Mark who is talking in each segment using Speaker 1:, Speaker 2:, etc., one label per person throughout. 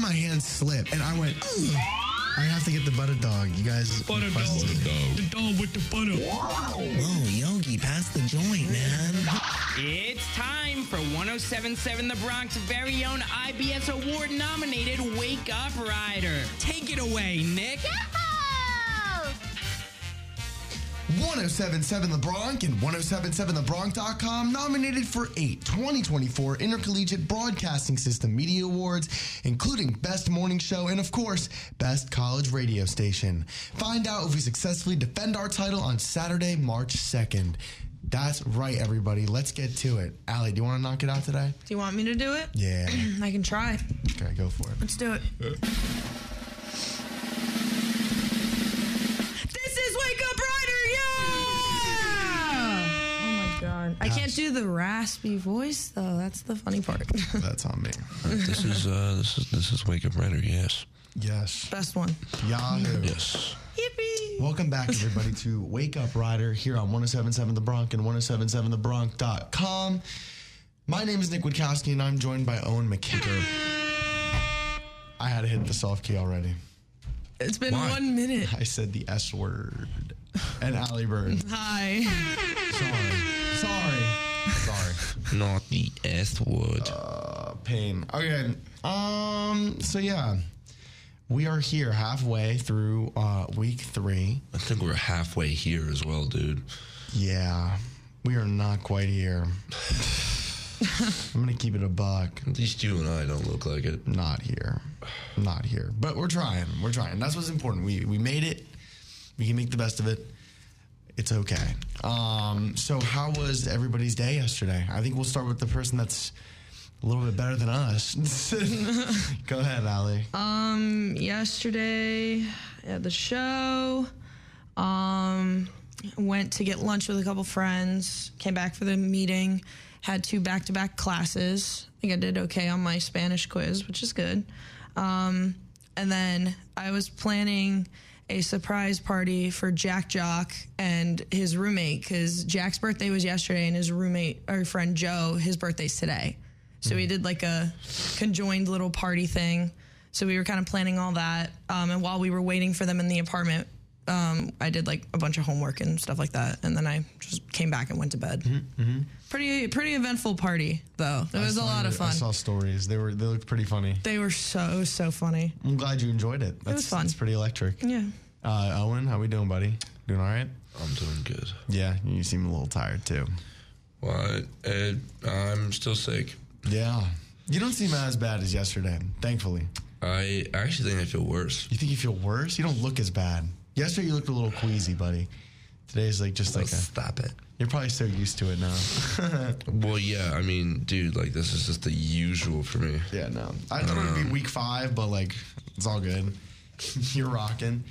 Speaker 1: my hand slip, and I went. "Ugh." I have to get the butter dog. You guys.
Speaker 2: Butter dog.
Speaker 1: requested it.
Speaker 2: The dog with the butter.
Speaker 1: Whoa, Yogi, pass the joint, man.
Speaker 3: It's time for 1077 The Bronx very own IBS award nominated Wake Up Rider. Take it away, Nick.
Speaker 1: oh 1077 LeBronc and 1077LeBronc.com nominated for eight 2024 Intercollegiate Broadcasting System Media Awards, including Best Morning Show and, of course, Best College Radio Station. Find out if we successfully defend our title on Saturday, March 2nd. That's right, everybody. Let's get to it. Allie, do you want to knock it out today?
Speaker 4: Do you want me to do it?
Speaker 1: Yeah.
Speaker 4: I can try.
Speaker 1: okay, go for it.
Speaker 4: Let's do it. this is Wake Up Rider, yeah! Oh my god. I can't do the raspy voice though. That's the funny part.
Speaker 1: That's on me.
Speaker 5: This is uh, this is this is Wake Up Rider. Yes,
Speaker 1: Yes.
Speaker 4: Best one.
Speaker 1: Yahoo.
Speaker 5: yes.
Speaker 4: Yippee!
Speaker 1: Welcome back, everybody, to Wake Up Rider here on 1077 The Bronx and 1077TheBronx.com. My name is Nick Witkowski, and I'm joined by Owen McKicker. I had to hit the soft key already.
Speaker 4: It's been one minute.
Speaker 1: I said the S word. And Allie Bird.
Speaker 4: Hi.
Speaker 1: Sorry. Sorry. Sorry.
Speaker 5: Not the S word.
Speaker 1: Pain. Okay. Um, so yeah. We are here halfway through uh, week three.
Speaker 5: I think we're halfway here as well, dude.
Speaker 1: Yeah. We are not quite here. I'm gonna keep it a buck.
Speaker 5: At least you and I don't look like it.
Speaker 1: not here. Not here. But we're trying. We're trying. That's what's important. We we made it. We can make the best of it. It's okay. Um, so how was everybody's day yesterday? I think we'll start with the person that's a little bit better than us. Go ahead, Allie.
Speaker 4: um, yesterday at the show. Um, went to get lunch with a couple friends. Came back for the meeting. Had two back-to-back classes. I think I did okay on my Spanish quiz, which is good. Um, and then I was planning a surprise party for Jack Jock and his roommate because Jack's birthday was yesterday, and his roommate or friend Joe, his birthday's today. So
Speaker 1: Hmm.
Speaker 4: we did like a conjoined little party thing. So we were kind of planning all that. Um, and while we were waiting for them in the apartment, um, I did like a bunch of homework and stuff like that. And then I just came back and went to bed. Pretty pretty eventful party though. It was a lot of
Speaker 1: Mm-hmm, I
Speaker 4: fun.
Speaker 1: saw stories. They were they looked pretty funny.
Speaker 4: They were so so funny.
Speaker 1: I'm glad you enjoyed it. That's,
Speaker 4: was fun.
Speaker 1: It's pretty electric.
Speaker 4: Yeah.
Speaker 1: Uh, Owen, how we doing, buddy? Doing all right?
Speaker 5: I'm doing good.
Speaker 1: Yeah, you seem a little tired too.
Speaker 5: Why? Uh, I'm still sick.
Speaker 1: Yeah. You don't seem as bad as yesterday, thankfully.
Speaker 5: I actually think I feel worse.
Speaker 1: You think you feel worse? You don't look as bad. Yesterday you looked a little queasy, buddy. Today's like just like a,
Speaker 5: Stop it.
Speaker 1: you're probably so used to it now.
Speaker 5: Well, yeah. I mean, dude, like this is just the usual for me.
Speaker 1: yeah, no. I thought it would be week five, but like it's all good. you're rocking.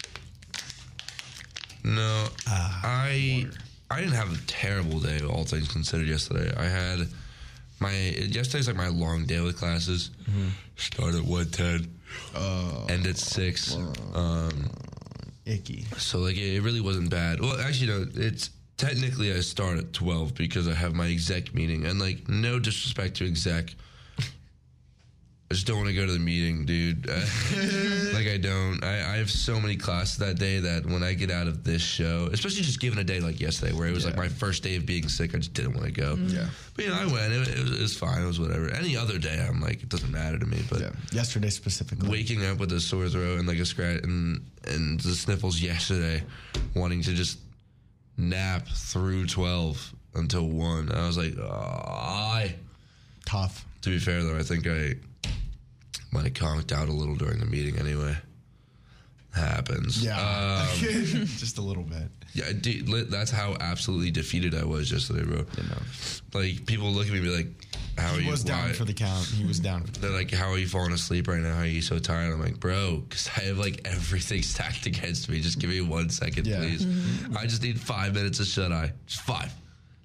Speaker 5: No, I I didn't have a terrible day. All things considered, yesterday I had my yesterday's like my long daily classes. Start at one ten, end at six.
Speaker 1: Icky.
Speaker 5: So like it, it really wasn't bad. Well, actually, no. It's technically I start at twelve because I have my exec meeting, and like no disrespect to exec. I just don't want to go to the meeting, dude. like I don't. I, I have so many classes that day that when I get out of this show, especially just given a day like yesterday where it was like my first day of being sick, I just didn't want to go. Yeah. But you know, I went. It, it, was, it was fine. It was whatever. Any other day, I'm like, it doesn't matter to me. But
Speaker 1: Yeah. Yesterday specifically.
Speaker 5: waking up with a sore throat and like a scratch and and the sniffles yesterday, wanting to just nap through twelve until one. I was like, I.
Speaker 1: Tough.
Speaker 5: To be fair though, I think I might have conked out a little during the meeting anyway. Happens. Uh,
Speaker 1: Yeah. just a little bit.
Speaker 5: Yeah, dude, li- that's how absolutely defeated I was yesterday, bro. Like people look at me and be like, "How are
Speaker 1: He
Speaker 5: you?"
Speaker 1: was down
Speaker 5: why-
Speaker 1: for the count. He was down for the
Speaker 5: They're like, "How are you falling asleep right now? How are you so tired?" I'm like, "Bro, because I have like everything stacked against me. Just give me one second,
Speaker 1: Yeah.
Speaker 5: please. I just need five minutes of shut eye. Just five.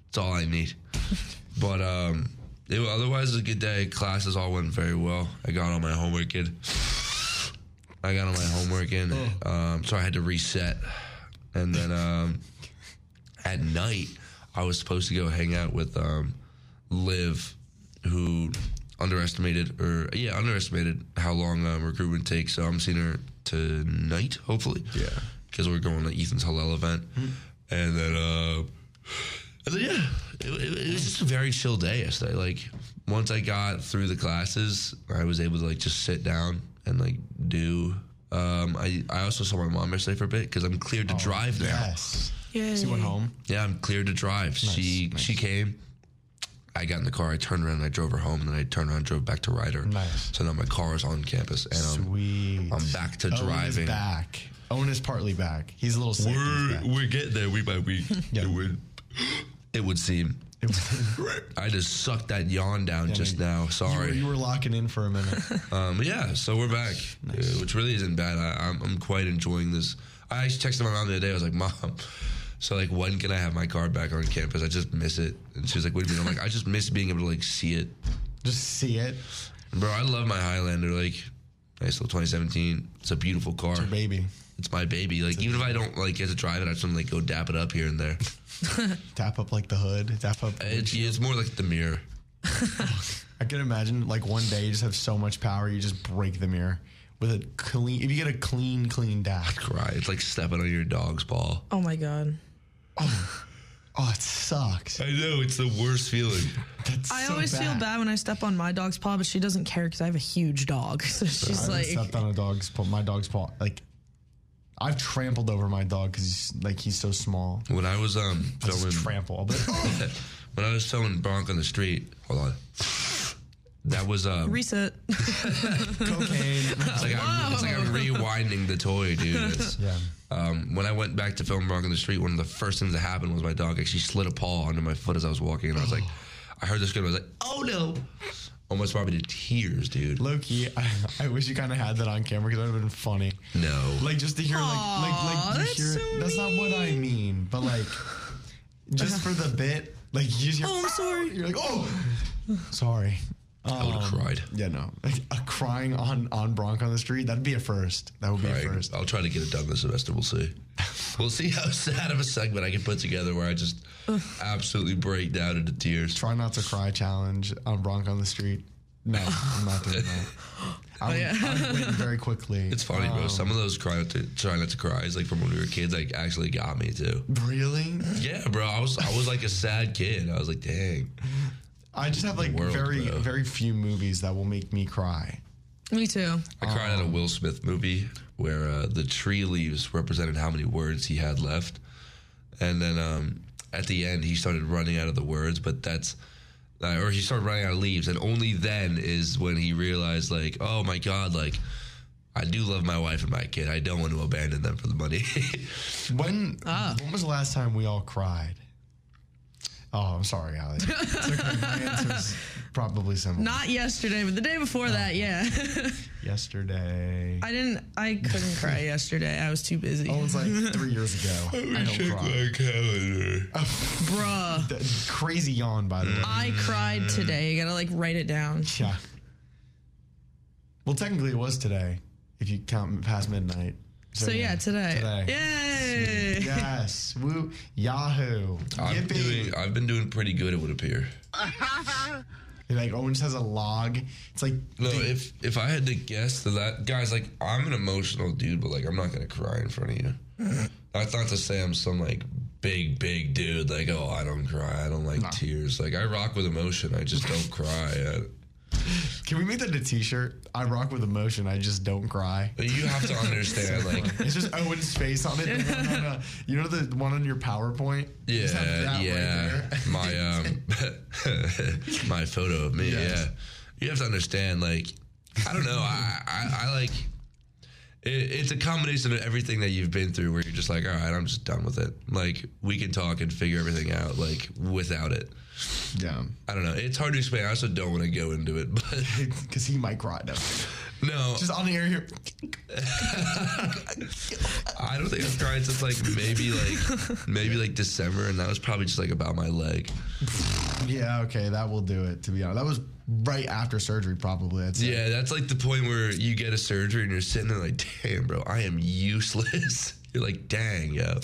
Speaker 5: That's all I need." but um, it, wa- otherwise, it was a good day. Classes all went very well. I got all my homework in. I got all my homework in, um, so I had to reset, and then um, at night I was supposed to go hang out with um, Liv, who underestimated or yeah underestimated how long um, recruitment takes. So I'm seeing her tonight, hopefully.
Speaker 1: Yeah.
Speaker 5: because we're going to Ethan's Hallel event, and then uh, and then yeah, it, it, it was just a very chill day yesterday. Like once I got through the classes, I was able to like just sit down and like do. Um, I I also saw my mom yesterday for a bit because I'm cleared to drive now.
Speaker 1: Yes.
Speaker 4: Yay.
Speaker 1: She went home.
Speaker 5: Yeah, I'm cleared to drive. she
Speaker 1: nice.
Speaker 5: she came. I got in the car. I turned around and I drove her home, and then I turned around and drove back to Ryder.
Speaker 1: Nice.
Speaker 5: So now my car is on campus,
Speaker 1: Um,
Speaker 5: and I'm,
Speaker 1: Sweet.
Speaker 5: I'm back to
Speaker 1: Owen is
Speaker 5: driving.
Speaker 1: back. Owen is partly back. He's a little sick. but he's
Speaker 5: We're
Speaker 1: back.
Speaker 5: we're getting there week by week.
Speaker 1: Yeah.
Speaker 5: It would it would seem.
Speaker 1: It was-
Speaker 5: I just sucked that yawn down just
Speaker 1: man.
Speaker 5: now.
Speaker 1: you, were,
Speaker 5: Sorry.
Speaker 1: you were locking in for a minute.
Speaker 5: Um, but yeah, so we're back, uh, which really isn't bad. I, I'm, I'm quite enjoying this. I actually texted my mom the other day. I was like, Mom, so like, when can I have my car back on campus? I just miss it. And she was like, What do you mean? I'm like, I just miss being able to like see it.
Speaker 1: Just see it.
Speaker 5: Bro, I love my Highlander. Like, nice little 2017. It's a beautiful car.
Speaker 1: Your baby.
Speaker 5: It's my baby. Like, even if I don't like get to drive it, I just want to like go dap it up here and there.
Speaker 1: Tap up like the hood. Tap up.
Speaker 5: It's, it's more like the mirror.
Speaker 1: I can imagine like one day you just have so much power you just break the mirror with a clean. If you get a clean, clean dash.
Speaker 5: Cry. It's like stepping on your dog's paw.
Speaker 4: Oh my god.
Speaker 1: Oh, it sucks.
Speaker 5: I know. It's the worst feeling.
Speaker 1: That's
Speaker 4: I
Speaker 1: so
Speaker 4: always feel bad when I step on my dog's paw, but she doesn't care because I have a huge dog. So she's
Speaker 1: I've
Speaker 4: like,
Speaker 1: stepped on a dog's paw. My dog's paw. Like I've trampled over my dog because he's like he's so small.
Speaker 5: When I was um
Speaker 1: Just
Speaker 5: filming.
Speaker 1: trample. But
Speaker 5: when I was telling Bronk on the street, hold on. That was uh,
Speaker 4: reset.
Speaker 1: cocaine.
Speaker 5: it's like, I'm, it's like I'm rewinding the toy, dude. It's,
Speaker 1: yeah.
Speaker 5: um, when I went back to film Bronk on the street, one of the first things that happened was my dog actually slid a paw under my foot as I was walking, and I was like, I heard this scream, I was like, oh no, almost brought me to tears, dude.
Speaker 1: Loki, I, I wish you kind of had that on camera because that would have been funny.
Speaker 5: No,
Speaker 1: Like just to hear, like, like, like you
Speaker 4: that's
Speaker 1: hear.
Speaker 4: so
Speaker 1: that's not what I mean, but like, just for the bit, like you just hear.
Speaker 4: Oh, I'm sorry.
Speaker 1: You're like, oh, sorry.
Speaker 5: I would have cried.
Speaker 1: Yeah, no, a crying on on Bronk on the street. That'd be a first. That would be
Speaker 5: All right,
Speaker 1: a first.
Speaker 5: I'll try to get it done this semester. We'll see. We'll see how sad of a segment I can put together where I just absolutely break down into tears.
Speaker 1: Try not to cry challenge on Bronk on the street. No, I'm not doing that.
Speaker 4: Oh,
Speaker 1: I would, I would win very quickly.
Speaker 5: It's funny, bro. Some of those cry to, trying not to cries, like from when we were kids, like actually got me too.
Speaker 1: really.
Speaker 5: Yeah, bro. I was I was like a sad kid. I was like, dang.
Speaker 1: I just have like
Speaker 5: world,
Speaker 1: very
Speaker 5: bro.
Speaker 1: very few movies that will make me cry.
Speaker 4: Me too.
Speaker 5: I cried at a Will Smith movie where uh, the tree leaves represented how many words he had left, and then um, at the end he started running out of the words. But that's uh, or he started running out of leaves, and only then is when he realized, like, oh my god, like. I do love my wife and my kid. I don't want to abandon them for the money.
Speaker 1: When
Speaker 4: Ah.
Speaker 1: when was the last time we all cried? Oh, I'm sorry, Allie. It's okay. My answer's probably simple.
Speaker 4: Not yesterday, but the day before
Speaker 1: Oh.
Speaker 4: that, yeah.
Speaker 1: Yesterday.
Speaker 4: I didn't. I couldn't cry yesterday. I was too busy.
Speaker 1: It was like three years ago. I don't cry.
Speaker 5: calendar.
Speaker 4: Bruh.
Speaker 1: That crazy yawn, by the way.
Speaker 4: I cried today. You gotta like write it down.
Speaker 1: Yeah. Well, technically, it was today, if you count past midnight.
Speaker 4: So yeah, today. Yay!
Speaker 1: Yes. Woo. Yahoo.
Speaker 5: I'm
Speaker 1: Yippee.
Speaker 5: doing, I've been doing pretty good, it would appear.
Speaker 1: like Owen just has a log. It's like
Speaker 5: No, if if I had to guess the that guys, like I'm an emotional dude, but like I'm not gonna cry in front of you. That's not to say I'm some like big big dude. Like oh, I don't cry. I don't like tears. Like I rock with emotion. I just don't cry. I,
Speaker 1: Can we make that a T-shirt? I rock with emotion. I just don't cry.
Speaker 5: but you have to understand. like
Speaker 1: It's just Owen's face on it. The one on, uh, you know the one on your PowerPoint. You just have that
Speaker 5: yeah,
Speaker 1: right
Speaker 5: yeah.
Speaker 1: there.
Speaker 5: my um, my photo of me.
Speaker 1: Yes.
Speaker 5: Yeah, you have to understand. Like I don't know. I I, I like. It, it's a combination of everything that you've been through, where you're just like, all right, I'm just done with it. Like we can talk and figure everything out, like without it.
Speaker 1: Yeah,
Speaker 5: I don't know. It's hard to explain. I also don't want to go into it, but
Speaker 1: because he might cry though.
Speaker 5: no,
Speaker 1: Just on the air here.
Speaker 5: I don't think I've cried since like maybe like maybe like December, and that was probably just like about my leg.
Speaker 1: Yeah, okay, that will do it. To be honest, that was right after surgery, probably. That's
Speaker 5: Yeah, that's like the point where you get a surgery and you're sitting there like, damn, bro, I am useless. You're like, dang, yo.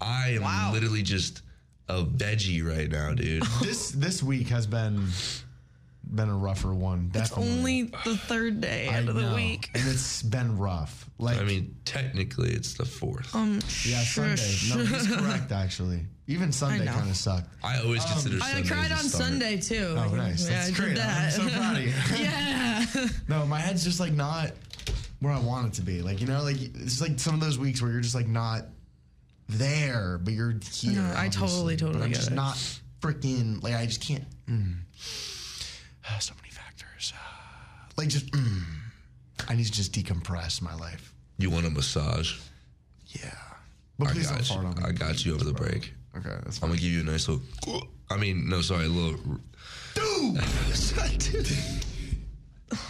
Speaker 5: I am literally just a veggie right now, dude.
Speaker 1: This this week has been been a rougher one. Definitely.
Speaker 4: Only the third day
Speaker 1: I
Speaker 4: out of the
Speaker 1: know.
Speaker 4: week.
Speaker 1: and it's been rough. Like,
Speaker 5: I mean, technically, it's the fourth.
Speaker 4: Um,
Speaker 1: yeah, Sunday. No, he's correct actually. Even Sunday
Speaker 4: know.
Speaker 1: kind of sucked.
Speaker 5: I always consider.
Speaker 4: Um, I
Speaker 5: Sundays
Speaker 4: cried
Speaker 5: a
Speaker 4: on
Speaker 5: stomach.
Speaker 4: Sunday too.
Speaker 1: Oh, nice.
Speaker 4: Yeah,
Speaker 1: That's
Speaker 4: I did
Speaker 1: great. I'm
Speaker 4: that.
Speaker 1: so proud of you.
Speaker 4: yeah.
Speaker 1: No, my head's just like not where I want it to be. Like you know, like it's like some of those weeks where you're just like not there, but you're here.
Speaker 4: No, I
Speaker 1: obviously.
Speaker 4: totally,
Speaker 1: But
Speaker 4: totally
Speaker 1: I'm
Speaker 4: get
Speaker 1: just
Speaker 4: it.
Speaker 1: not freaking like I just can't. mm. So many factors. Like just, mm. I need to just decompress my life.
Speaker 5: You want a massage?
Speaker 1: Yeah, but
Speaker 5: I
Speaker 1: please
Speaker 5: got
Speaker 1: don't
Speaker 5: you.
Speaker 1: fart on me.
Speaker 5: I got you over the break.
Speaker 1: Okay, that's
Speaker 5: I'm
Speaker 1: fine.
Speaker 5: gonna give you a nice little. I mean, no, sorry, a little.
Speaker 1: Dude,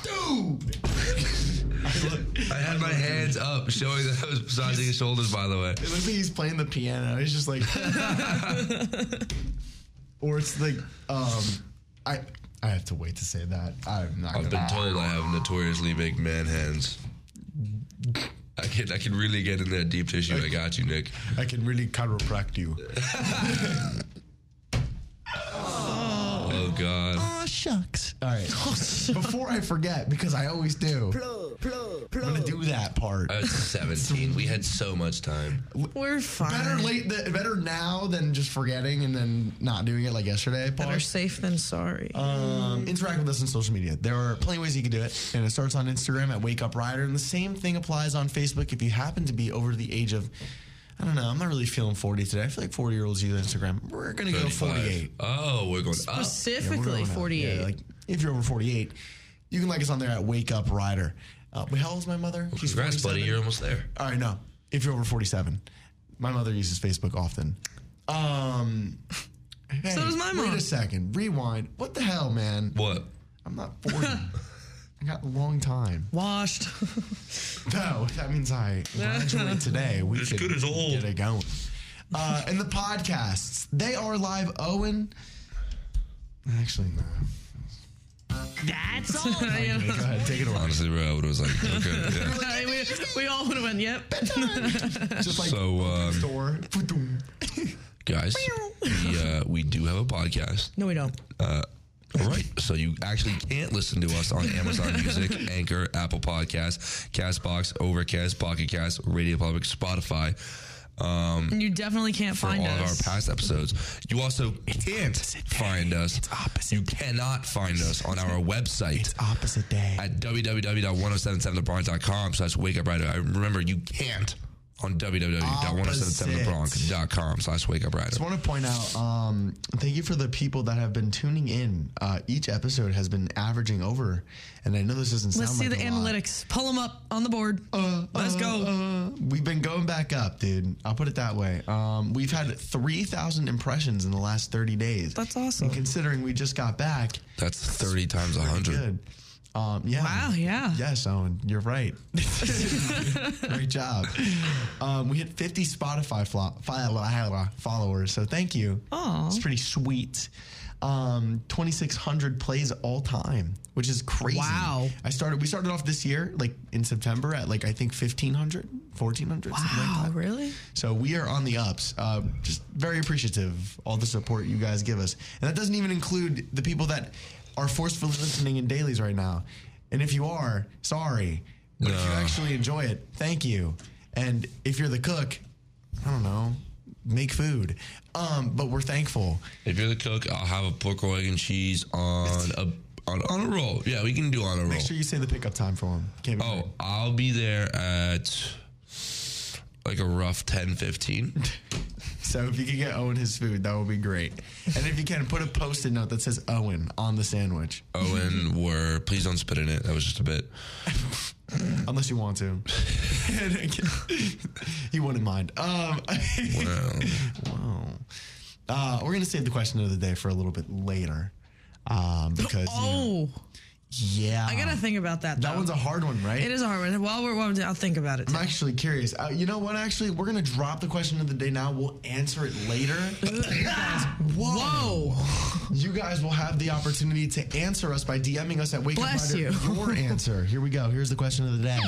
Speaker 1: dude, dude.
Speaker 5: I had my hands up, showing that I was massaging his shoulders. By the way,
Speaker 1: It looks like he's playing the piano. He's just like, or it's like, um, I I have to wait to say that. I'm not.
Speaker 5: I've been
Speaker 1: gonna,
Speaker 5: told I have notoriously big man hands. I can I can really get in there deep tissue. I got you, Nick.
Speaker 1: I can really chiropract you.
Speaker 5: Oh God.
Speaker 1: Oh shucks. All right. Before I forget, because I always do. I'm gonna do that part.
Speaker 5: I was 17. We had so much time.
Speaker 4: We're
Speaker 1: Better
Speaker 4: fine.
Speaker 1: late, th- better now than just forgetting and then not doing it like yesterday. Paul.
Speaker 4: Better safe than sorry.
Speaker 1: Um, interact with us on social media. There are plenty of ways you can do it, and it starts on Instagram at Wake Up Rider, and the same thing applies on Facebook if you happen to be over the age of. I don't know. I'm not really feeling 40 today. I feel like 40 year olds use Instagram. We're gonna go 48.
Speaker 5: 45. Oh, we're going up.
Speaker 1: Yeah, we're
Speaker 4: Specifically
Speaker 1: going up.
Speaker 4: 48.
Speaker 1: Yeah, like if you're over 48, you can like us on there at Wake Up Rider. Uh, but how old is my mother? She's
Speaker 5: Congrats, buddy.
Speaker 1: 47?
Speaker 5: You're almost there.
Speaker 1: All right, no. If you're over 47, my mother uses Facebook often. Um. hey,
Speaker 4: does my
Speaker 1: Wait
Speaker 4: mom.
Speaker 1: a second. Rewind. What the hell, man?
Speaker 5: What?
Speaker 1: I'm not 40. I got a long time.
Speaker 4: Washed.
Speaker 1: No, that means I graduate today. We
Speaker 5: As
Speaker 1: could
Speaker 5: good as old.
Speaker 1: get it going. Uh, and the podcasts, they are live. Owen, actually, no.
Speaker 3: That's all.
Speaker 4: Yeah.
Speaker 1: Go ahead, take it away.
Speaker 5: Honestly, bro, I would was like, okay, yeah.
Speaker 4: Like, we, we all would have went, yep.
Speaker 1: Just like
Speaker 5: So, um,
Speaker 1: store. Ba-doom.
Speaker 5: guys, we, uh, we do have a podcast.
Speaker 4: No, we don't.
Speaker 5: Uh, all right. So you actually can't listen to us on Amazon Music, Anchor, Apple Podcasts, Castbox, Overcast, Pocket Cast, Radio Public, Spotify
Speaker 1: Um,
Speaker 4: And you definitely can't
Speaker 5: for
Speaker 4: find
Speaker 5: all
Speaker 4: us.
Speaker 5: of our past episodes. You also can't find us. You cannot find us on our website.
Speaker 1: Opposite day.
Speaker 5: at www.1077thebronx.com slash wake up rider. I remember you can't on www.1077thebronx.com slash wake up rider.
Speaker 1: I want to point out, um, thank you for the people that have been tuning in. Uh, each episode has been averaging over, and I know this doesn't
Speaker 4: Let's
Speaker 1: sound
Speaker 4: see
Speaker 1: like
Speaker 4: the
Speaker 1: a lot.
Speaker 4: analytics. Pull them up on the board. Let's go.
Speaker 1: Uh,
Speaker 4: Mm-hmm.
Speaker 1: we've been going back up, dude. I'll put it that way. Um, we've had 3,000 impressions in the last 30 days.
Speaker 4: That's awesome.
Speaker 1: And considering we just got back,
Speaker 5: That's 30 times 100.
Speaker 1: good. Um, yeah.
Speaker 4: Wow, yeah.
Speaker 1: Yes, Owen, you're right. Great job. Um, we hit 50 Spotify flo- file- followers, so thank you.
Speaker 4: Aw.
Speaker 1: It's pretty sweet. Um, 2,600 plays all time, which is crazy.
Speaker 4: Wow.
Speaker 1: I started. We started off this year, like in September, at like I think 1,500, 1,400. something like
Speaker 4: Wow,
Speaker 1: that.
Speaker 4: Oh, really?
Speaker 1: So we are on the ups. Uh, just very appreciative of all the support you guys give us, and that doesn't even include the people that are forcefully listening in dailies right now. And if you are, sorry, but if you
Speaker 5: No.
Speaker 1: actually enjoy it, thank you. And if you're the cook, I don't know, make food. Um, but we're thankful.
Speaker 5: If you're the cook, I'll have a pork roll, egg, and cheese on a on, on a roll. Yeah, we can do on a roll.
Speaker 1: Make sure you say the pickup time for them. Can't be
Speaker 5: Oh, I'll be there at like a rough 10, 15.
Speaker 1: So if you could get Owen his food, that would be great. And if you can, put a post-it note that says Owen on the sandwich,
Speaker 5: Owen were, please don't spit in it. That was just a bit.
Speaker 1: unless you want to. you wouldn't mind. Um,
Speaker 5: Well,
Speaker 1: wow. Uh, we're gonna save the question of the day for a little bit later, um, because you know,
Speaker 4: Oh,
Speaker 1: yeah,
Speaker 4: I got to think about that.
Speaker 1: that
Speaker 4: though.
Speaker 1: one's a hard one, right?
Speaker 4: It is a hard one. While we're, while we're I'll think about it.
Speaker 1: I'm actually curious. Uh, you know what? Actually, we're gonna drop the question of the day now. We'll answer it later.
Speaker 4: Whoa.
Speaker 1: You guys will have the opportunity to answer us by DMing us at Wake
Speaker 4: Bless
Speaker 1: Up Rider.
Speaker 4: you.
Speaker 1: Your answer. Here we go. Here's the question of the day.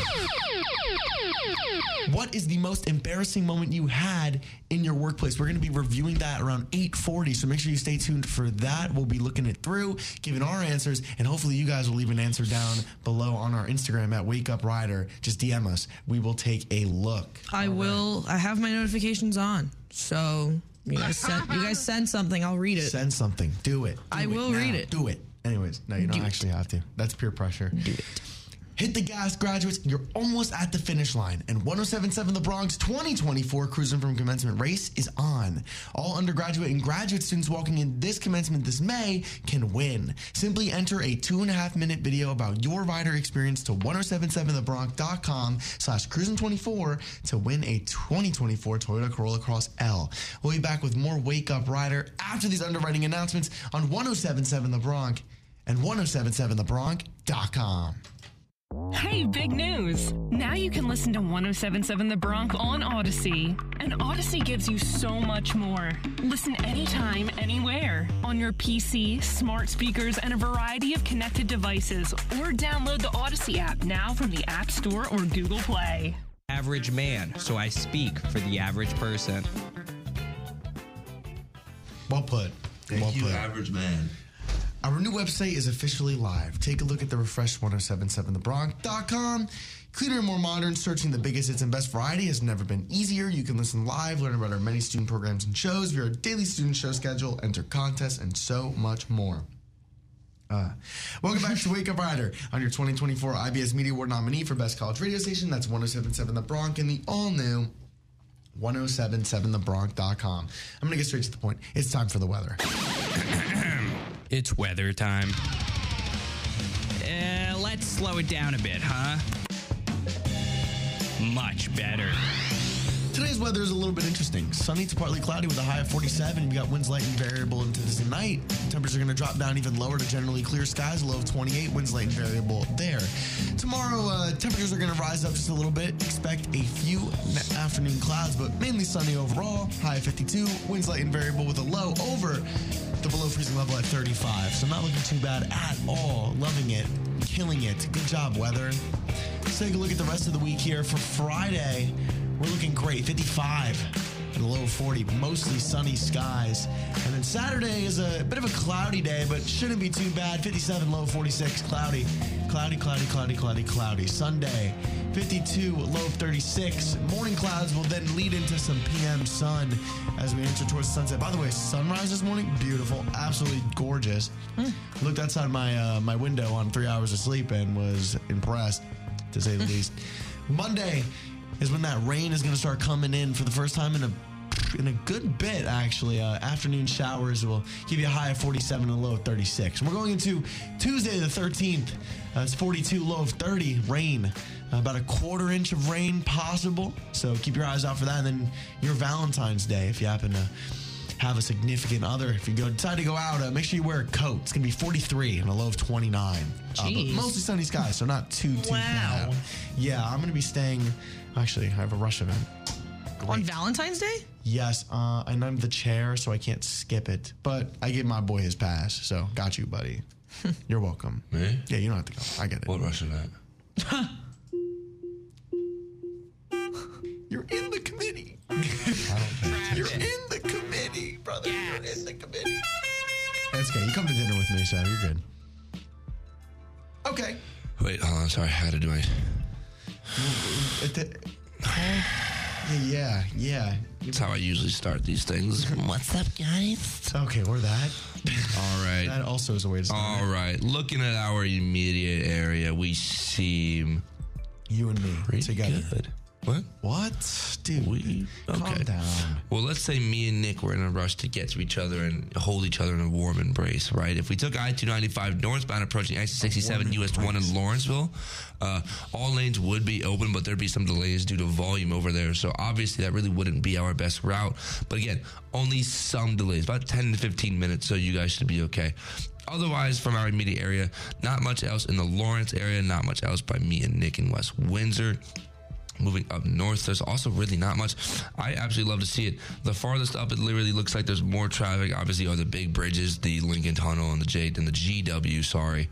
Speaker 1: What is the most embarrassing moment you had in your workplace? We're going to be reviewing that around 8:40, so make sure you stay tuned for that. We'll be looking it through, giving our answers, and hopefully you guys will leave an answer down below on our Instagram at Wake Up Rider. Just DM us. We will take a look.
Speaker 4: I will. I have my notifications on, so you guys send you guys send something. I'll read it.
Speaker 1: Send something. Do it. Do
Speaker 4: I
Speaker 1: it
Speaker 4: will
Speaker 1: now.
Speaker 4: read it.
Speaker 1: Do it. Anyways, no, you don't actually have to. That's peer pressure. Do it. Hit the gas, graduates. You're almost at the finish line. And 1077 The Bronx 2024 Cruising from Commencement race is on. All undergraduate and graduate students walking in this commencement this May can win. Simply enter a two and a half minute video about your rider experience to 1077thebronx.com slash cruising24 to win a 2024 Toyota Corolla Cross L. We'll be back with more Wake Up Rider after these underwriting announcements on 1077 The Bronx and 1077thebronx.com.
Speaker 2: Hey, big news! Now you can listen to 1077 The Bronx on Odyssey. And Odyssey gives you so much more. Listen anytime, anywhere, on your PC, smart speakers, and a variety of connected devices. Or download the Odyssey app now from the App Store or Google Play.
Speaker 3: Average man, so I speak for the average person.
Speaker 1: Well put. well put.
Speaker 5: average man.
Speaker 1: Our new website is officially live. Take a look at the oh refreshed 1077thebronx.com. Cleaner and more modern, searching the biggest hits and best variety has never been easier. You can listen live, learn about our many student programs and shows, view our daily student show schedule, enter contests, and so much more. Uh, welcome back to Wake Up Rider on your 2024 IBS Media Award nominee for Best College Radio Station. That's 1077 The Bronx and the all new 1077thebronx.com. I'm going to get straight to the point. It's time for the weather.
Speaker 3: It's weather time. Uh, let's slow it down a bit, huh? Much better.
Speaker 1: Today's weather is a little bit interesting. Sunny to partly cloudy with a high of 47. You got winds light and variable into this night. Temperatures are going to drop down even lower to generally clear skies, low of 28. Winds light and variable there. Tomorrow, uh, temperatures are going to rise up just a little bit. Expect a few na- afternoon clouds, but mainly sunny overall. High of 52. Winds light and variable with a low over the below freezing level at 35. So not looking too bad at all. Loving it, killing it. Good job, weather. Let's take a look at the rest of the week here for Friday. We're looking great, 55 and a low of 40, mostly sunny skies. And then Saturday is a bit of a cloudy day, but shouldn't be too bad. 57, low of 46, cloudy, cloudy, cloudy, cloudy, cloudy, cloudy. Sunday, 52, low of 36. Morning clouds will then lead into some PM sun as we enter towards sunset. By the way, sunrise this morning, beautiful, absolutely gorgeous. Looked outside my uh, my window on three hours of sleep and was impressed to say the least. Monday is when that rain is going to start coming in for the first time in a in a good bit, actually. Uh, afternoon showers will give you a high of 47 and a low of 36. And we're going into Tuesday the 13th. Uh, it's 42, low of 30. Rain, Uh, about a quarter inch of rain possible. So keep your eyes out for that. And then your Valentine's Day, if you happen to have a significant other, if you go decide to go out, uh, make sure you wear a coat. It's going to be 43 and a low of 29. Uh, but
Speaker 3: Jeez.
Speaker 1: mostly sunny skies, so not too too bad. Yeah, I'm gonna be staying. Actually, I have a rush event.
Speaker 4: On Valentine's Day?
Speaker 1: Yes, uh, and I'm the chair, so I can't skip it. But I gave my boy his pass, so got you, buddy. You're welcome.
Speaker 5: Me?
Speaker 1: Yeah, you don't have to go. I get it.
Speaker 5: What rush of that?
Speaker 1: You're in the committee. You're in the committee, brother. You're in the committee. That's okay. You come to dinner with me, so you're good. Okay.
Speaker 5: Wait, hold on. Sorry, I had to do my.
Speaker 1: At the- yeah, yeah.
Speaker 5: That's how I usually start these things. What's up, guys?
Speaker 1: Okay, or that.
Speaker 5: All right.
Speaker 1: That also is a way to start.
Speaker 5: All right. Looking at our immediate area, we seem
Speaker 1: you and me
Speaker 5: pretty
Speaker 1: together.
Speaker 5: good. What?
Speaker 1: What, dude?
Speaker 5: We okay.
Speaker 1: Calm down.
Speaker 5: Well, let's say me and Nick were in a rush to get to each other and hold each other in a warm embrace, right? If we took I two ninety five northbound approaching exit sixty seven US one in Lawrenceville, uh, all lanes would be open, but there'd be some delays due to volume over there. So obviously that really wouldn't be our best route. But again, only some delays, about ten to fifteen minutes. So you guys should be okay. Otherwise, from our immediate area, not much else in the Lawrence area, not much else by me and Nick in West Windsor. Moving up north, there's also really not much. I absolutely love to see it. The farthest up, it literally looks like there's more traffic. Obviously, are the big bridges, the Lincoln Tunnel and the J and the GW. Sorry,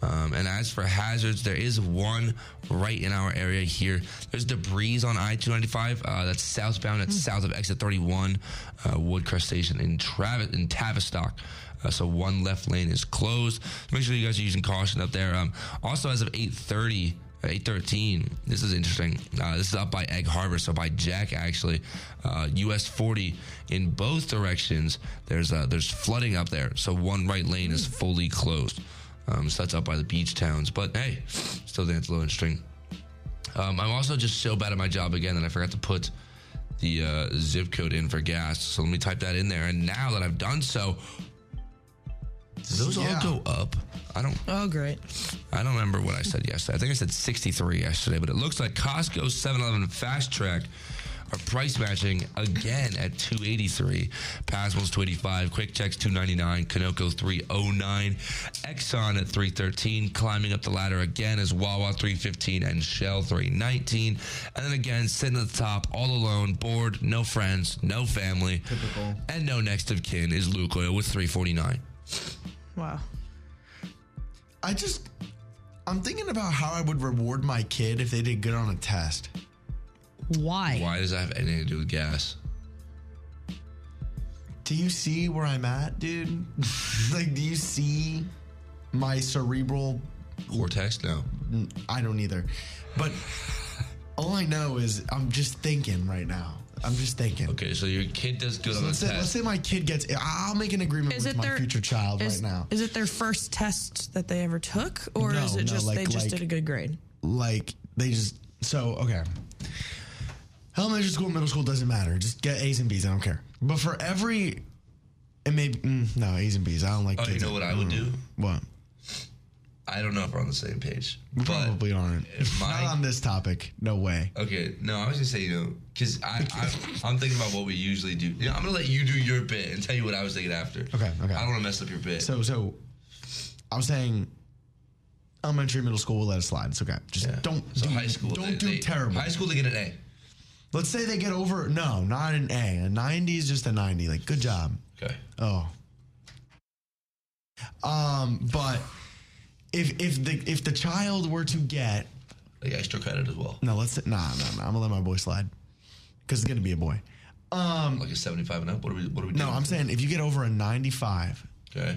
Speaker 5: Um, and as for hazards, there is one right in our area here. There's debris on I 295. Uh, that's southbound. That's south of exit 31, uh, Woodcrest Station in Travis in Tavistock. Uh, so one left lane is closed. Make sure you guys are using caution up there. Um, also, as of 8:30. 813. This is interesting. Uh, this is up by Egg Harbor, so by Jack actually. Uh, US 40 in both directions. There's uh, there's flooding up there, so one right lane is fully closed. Um, so that's up by the beach towns. But hey, still dance low and string. Um, I'm also just so bad at my job again that I forgot to put the uh, zip code in for gas. So let me type that in there. And now that I've done so, does those
Speaker 1: Yeah.
Speaker 5: all go up? I don't.
Speaker 4: Oh, great.
Speaker 5: I don't remember what I said yesterday. I think I said 63 yesterday, but it looks like Costco 7-Eleven Fast Track are price matching again at 283. Pasmal's 285, Quick Checks 299, Canoco 309, Exxon at 313, climbing up the ladder again is Wawa 315 and Shell 319. And then again, sitting at the top, all alone, bored, no friends, no family.
Speaker 1: Typical.
Speaker 5: And no next of kin is Luke Oil with 349.
Speaker 4: Wow.
Speaker 1: I just, I'm thinking about how I would reward my kid if they did good on a test.
Speaker 4: Why?
Speaker 5: Why does that have anything to do with gas?
Speaker 1: Do you see where I'm at, dude? like, do you see my cerebral?
Speaker 5: Cortex? No.
Speaker 1: I don't either. But all I know is I'm just thinking right now. I'm just thinking.
Speaker 5: Okay, so your kid does good
Speaker 1: So
Speaker 5: on the
Speaker 1: let's, say, let's
Speaker 5: test.
Speaker 1: say my kid gets. I'll make an agreement
Speaker 4: Is
Speaker 1: with
Speaker 4: it
Speaker 1: my
Speaker 4: their
Speaker 1: future child
Speaker 4: is,
Speaker 1: right now.
Speaker 4: Is it their first test that they ever took, or
Speaker 1: No,
Speaker 4: is it
Speaker 1: no,
Speaker 4: just
Speaker 1: like-
Speaker 4: they just
Speaker 1: like-
Speaker 4: did a good grade?
Speaker 1: like they just so okay. Elementary school, middle school doesn't matter. Just get A's and B's. I don't care. But for every, and maybe mm, no A's and B's. I don't like.
Speaker 5: Oh, you
Speaker 1: kids
Speaker 5: know
Speaker 1: that-
Speaker 5: what I would do?
Speaker 1: What?
Speaker 5: I don't know if we're on the same page.
Speaker 1: We
Speaker 5: But
Speaker 1: probably aren't.
Speaker 5: if my-
Speaker 1: Not on this topic. No way.
Speaker 5: okay, no, I was gonna say you know because I, I I'm thinking about what we usually do. You know, I'm gonna let you do your bit and tell you what I was thinking after.
Speaker 1: Okay, okay.
Speaker 5: I don't want to mess up your bit.
Speaker 1: So so, I was saying, elementary, middle school, we'll let it slide. It's okay. Just
Speaker 5: Yeah.
Speaker 1: don't
Speaker 5: So
Speaker 1: do
Speaker 5: high school.
Speaker 1: Don't
Speaker 5: they-
Speaker 1: do
Speaker 5: they-
Speaker 1: terrible.
Speaker 5: High school, they get an A.
Speaker 1: Let's say they get over. No, not an A. A ninety is just a ninety. Like good job.
Speaker 5: Okay.
Speaker 1: Oh. Um, but if if the if the child were to get
Speaker 5: Like extra credit as well.
Speaker 1: no, let's say, nah, nah, nah, I'm gonna let my boy slide because it's gonna be a boy. Um,
Speaker 5: Like a 75 and up. What are we? What are we?
Speaker 1: no,
Speaker 5: doing?
Speaker 1: I'm saying if you get over a 95,
Speaker 5: Okay.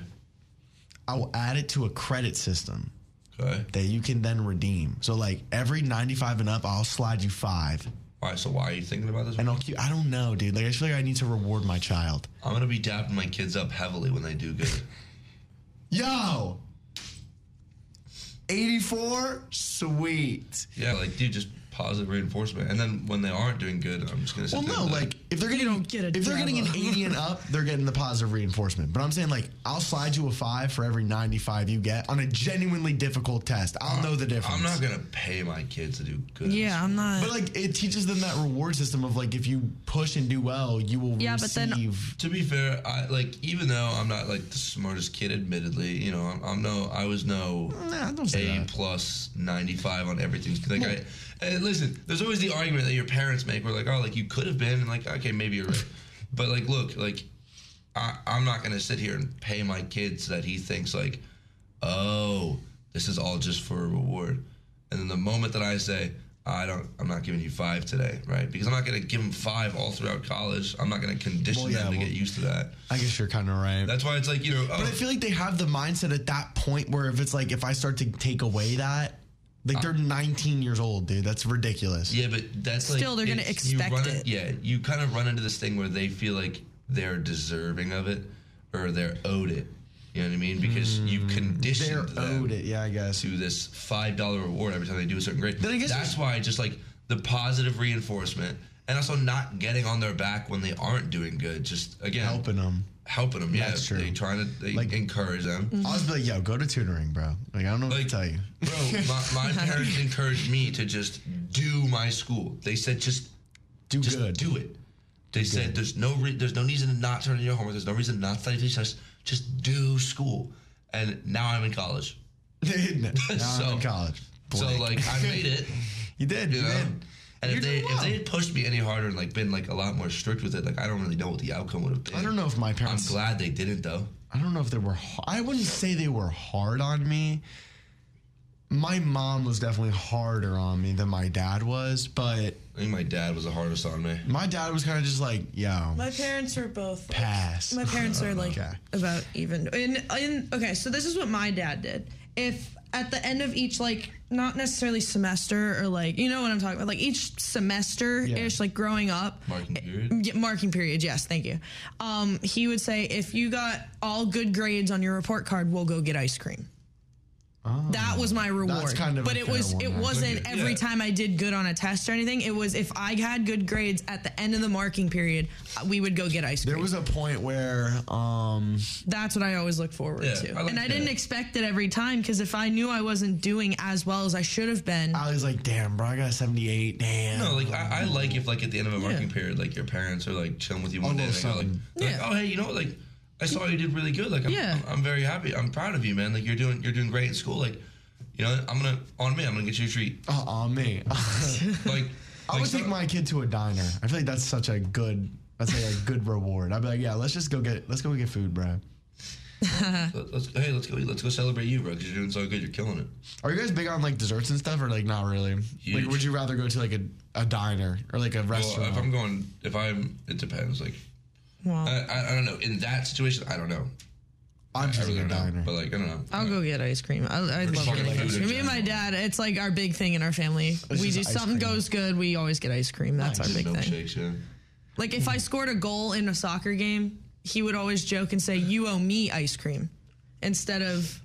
Speaker 1: I will add it to a credit system
Speaker 5: Okay.
Speaker 1: that you can then redeem. So like every 95 and up, I'll slide you five,
Speaker 5: All right. So why are you thinking about this?
Speaker 1: and I'll keep. I don't know, dude. Like I just feel like I need to reward my child.
Speaker 5: I'm gonna be dapping my kids up heavily when they do good.
Speaker 1: Yo. 84 sweet
Speaker 5: yeah, like dude, just positive reinforcement. And then when they aren't doing good, I'm just gonna. sit
Speaker 1: Well,
Speaker 5: there
Speaker 1: no,
Speaker 5: and be
Speaker 1: like if they're getting
Speaker 4: don't get a
Speaker 1: if they're getting an
Speaker 4: Java.
Speaker 1: eighty and up, they're getting the positive reinforcement. But I'm saying like I'll slide you a five for every ninety five you get on a genuinely difficult test. I'll know the difference.
Speaker 5: Uh, I'm not gonna pay my kids to do good.
Speaker 4: Yeah, I'm not.
Speaker 1: But like it teaches them that reward system of like if you push and do well, you will
Speaker 4: Yeah, but then-
Speaker 1: receive.
Speaker 5: To be fair, I like even though I'm not like the smartest kid, admittedly, you know, I'm, I'm no, I was no
Speaker 1: nah, don't say
Speaker 5: A
Speaker 1: that.
Speaker 5: plus 95 on everything. Like I, and listen, there's always the argument that your parents make, where like, oh, like you could have been, and like, okay, maybe you're right, but like, look, like, I, I'm not gonna sit here and pay my kid so that he thinks like, oh, this is all just for a reward. And then the moment that I say, I don't, I'm not giving you five today, right? Because I'm not gonna give him five all throughout college. I'm not gonna condition
Speaker 1: Well, yeah,
Speaker 5: them to
Speaker 1: well-
Speaker 5: get used to that.
Speaker 1: I guess you're kind of right.
Speaker 5: That's why it's like you know. Oh,
Speaker 1: but I feel like they have the mindset at that point where if it's like if I start to take away that, like they're 19 years old, dude. That's ridiculous.
Speaker 5: Yeah, but that's
Speaker 4: Still,
Speaker 5: like
Speaker 4: they're gonna
Speaker 5: it's- you
Speaker 4: expect
Speaker 5: run
Speaker 4: it.
Speaker 5: Yeah, you kind of run into this thing where they feel like they're deserving of it or they're owed it. You know what I mean? Because you
Speaker 1: Mm, They're
Speaker 5: conditioned them
Speaker 1: owed it. Yeah, I guess.
Speaker 5: to this five dollar reward every time they do a certain grade.
Speaker 1: Then I guess
Speaker 5: that's why just like the positive reinforcement and also not getting on their back when they aren't doing good. Just again,
Speaker 1: Helping them.
Speaker 5: helping them. Yeah,
Speaker 1: That's true.
Speaker 5: They trying to they
Speaker 1: Like-
Speaker 5: encourage them.
Speaker 1: I'll just be like, yo, go to tutoring, bro. Like, I don't know what
Speaker 5: Like-
Speaker 1: to tell you.
Speaker 5: Bro, my, my parents encouraged me to just do my school. They said just
Speaker 1: Do
Speaker 5: just
Speaker 1: good.
Speaker 5: do it. They said there's no re- there's no reason to not turn in your homework. There's no reason not to study for these tests. Just do school. And now I'm in college.
Speaker 1: now I'm
Speaker 5: So-
Speaker 1: in college.
Speaker 5: So
Speaker 1: Blank.
Speaker 5: like I made it.
Speaker 1: you did,
Speaker 5: You
Speaker 1: you
Speaker 5: know?
Speaker 1: did.
Speaker 5: And
Speaker 1: You're
Speaker 5: if they
Speaker 1: doing
Speaker 5: if
Speaker 1: well.
Speaker 5: they had pushed me any harder and like been like a lot more strict with it, like I don't really know what the outcome would have been.
Speaker 1: I don't know if my
Speaker 5: I'm
Speaker 1: parents.
Speaker 5: glad they didn't though.
Speaker 1: I don't know if they were. h- I wouldn't say they were hard on me, my mom was definitely harder on me than my dad was, but
Speaker 5: I think my dad was the hardest on me.
Speaker 1: my dad was kind of just like, yo,
Speaker 4: My parents are both like,
Speaker 1: pass.
Speaker 4: My parents are like
Speaker 1: Okay.
Speaker 4: about even. In, in okay, so this is what my dad did. If at the end of each like not necessarily semester or like you know what I'm talking about, like each semester ish, like growing up, eh,
Speaker 5: Marking period?
Speaker 4: Yeah, marking period. Yes, thank you. Um, he would say if you got all good grades on your report card, we'll go get ice cream. That was my reward,
Speaker 1: Oh. kind of
Speaker 4: but
Speaker 1: a
Speaker 4: it
Speaker 1: fair
Speaker 4: was
Speaker 1: one,
Speaker 4: it
Speaker 1: I
Speaker 4: wasn't
Speaker 5: think.
Speaker 4: every
Speaker 5: Yeah.
Speaker 4: time I did good on a test or anything. It was if I had good grades at the end of the marking period, uh, we would go get ice cream.
Speaker 1: There was a point where, um,
Speaker 4: That's what I always look forward
Speaker 5: Yeah,
Speaker 4: to.
Speaker 5: I like
Speaker 4: and I didn't
Speaker 5: that.
Speaker 4: expect it every time because if I knew I wasn't doing as well as I should have been,
Speaker 1: I was like, damn, bro, I got a 78. Damn.
Speaker 5: No, like I, I like if like at the end of a marking period, like your parents are like chilling with you one
Speaker 1: A
Speaker 5: day, and they
Speaker 1: little
Speaker 5: go, like,
Speaker 1: something.
Speaker 5: like,
Speaker 4: Yeah.
Speaker 5: oh hey, you know what, like I saw you did really good. Like I'm,
Speaker 4: Yeah.
Speaker 5: I'm, I'm very happy. I'm proud of you, man. Like you're doing you're doing great in school. Like you know, I'm gonna on me. I'm gonna get you a treat.
Speaker 1: uh, on me.
Speaker 5: Like
Speaker 1: I
Speaker 5: like,
Speaker 1: would
Speaker 5: so-
Speaker 1: take my kid to a diner. I feel like that's such a good, that's like a good reward. I'd be like, yeah, let's just go get, let's go get food, bro.
Speaker 5: let- Let's hey, let's go let's go celebrate you, bro. Because you're doing so good. You're killing it.
Speaker 1: Are you guys big on like desserts and stuff, or like not really?
Speaker 5: Huge.
Speaker 1: Like, would you rather go to like a, a diner or like a
Speaker 5: Well,
Speaker 1: restaurant?
Speaker 5: if I'm going, if I'm, it depends. Like
Speaker 4: well,
Speaker 5: I, I, I don't know. In that situation, I don't know.
Speaker 1: I'm
Speaker 5: I
Speaker 1: just
Speaker 5: really
Speaker 1: a
Speaker 5: don't know.
Speaker 1: diner.
Speaker 5: But like I don't know.
Speaker 4: I'll go get ice cream. I, I love
Speaker 5: fucking
Speaker 4: getting
Speaker 5: like
Speaker 4: ice
Speaker 5: food
Speaker 4: cream.
Speaker 5: in
Speaker 4: Me and my dad, it's like our big thing in our family. we
Speaker 1: just
Speaker 4: do
Speaker 1: ice
Speaker 4: something
Speaker 1: cream.
Speaker 4: goes good, we always get ice cream. That's our
Speaker 5: Just
Speaker 4: big thing.
Speaker 5: milkshakes, yeah.
Speaker 4: Like if I scored a goal in a soccer game, he would always joke and say, "You owe me ice cream," instead of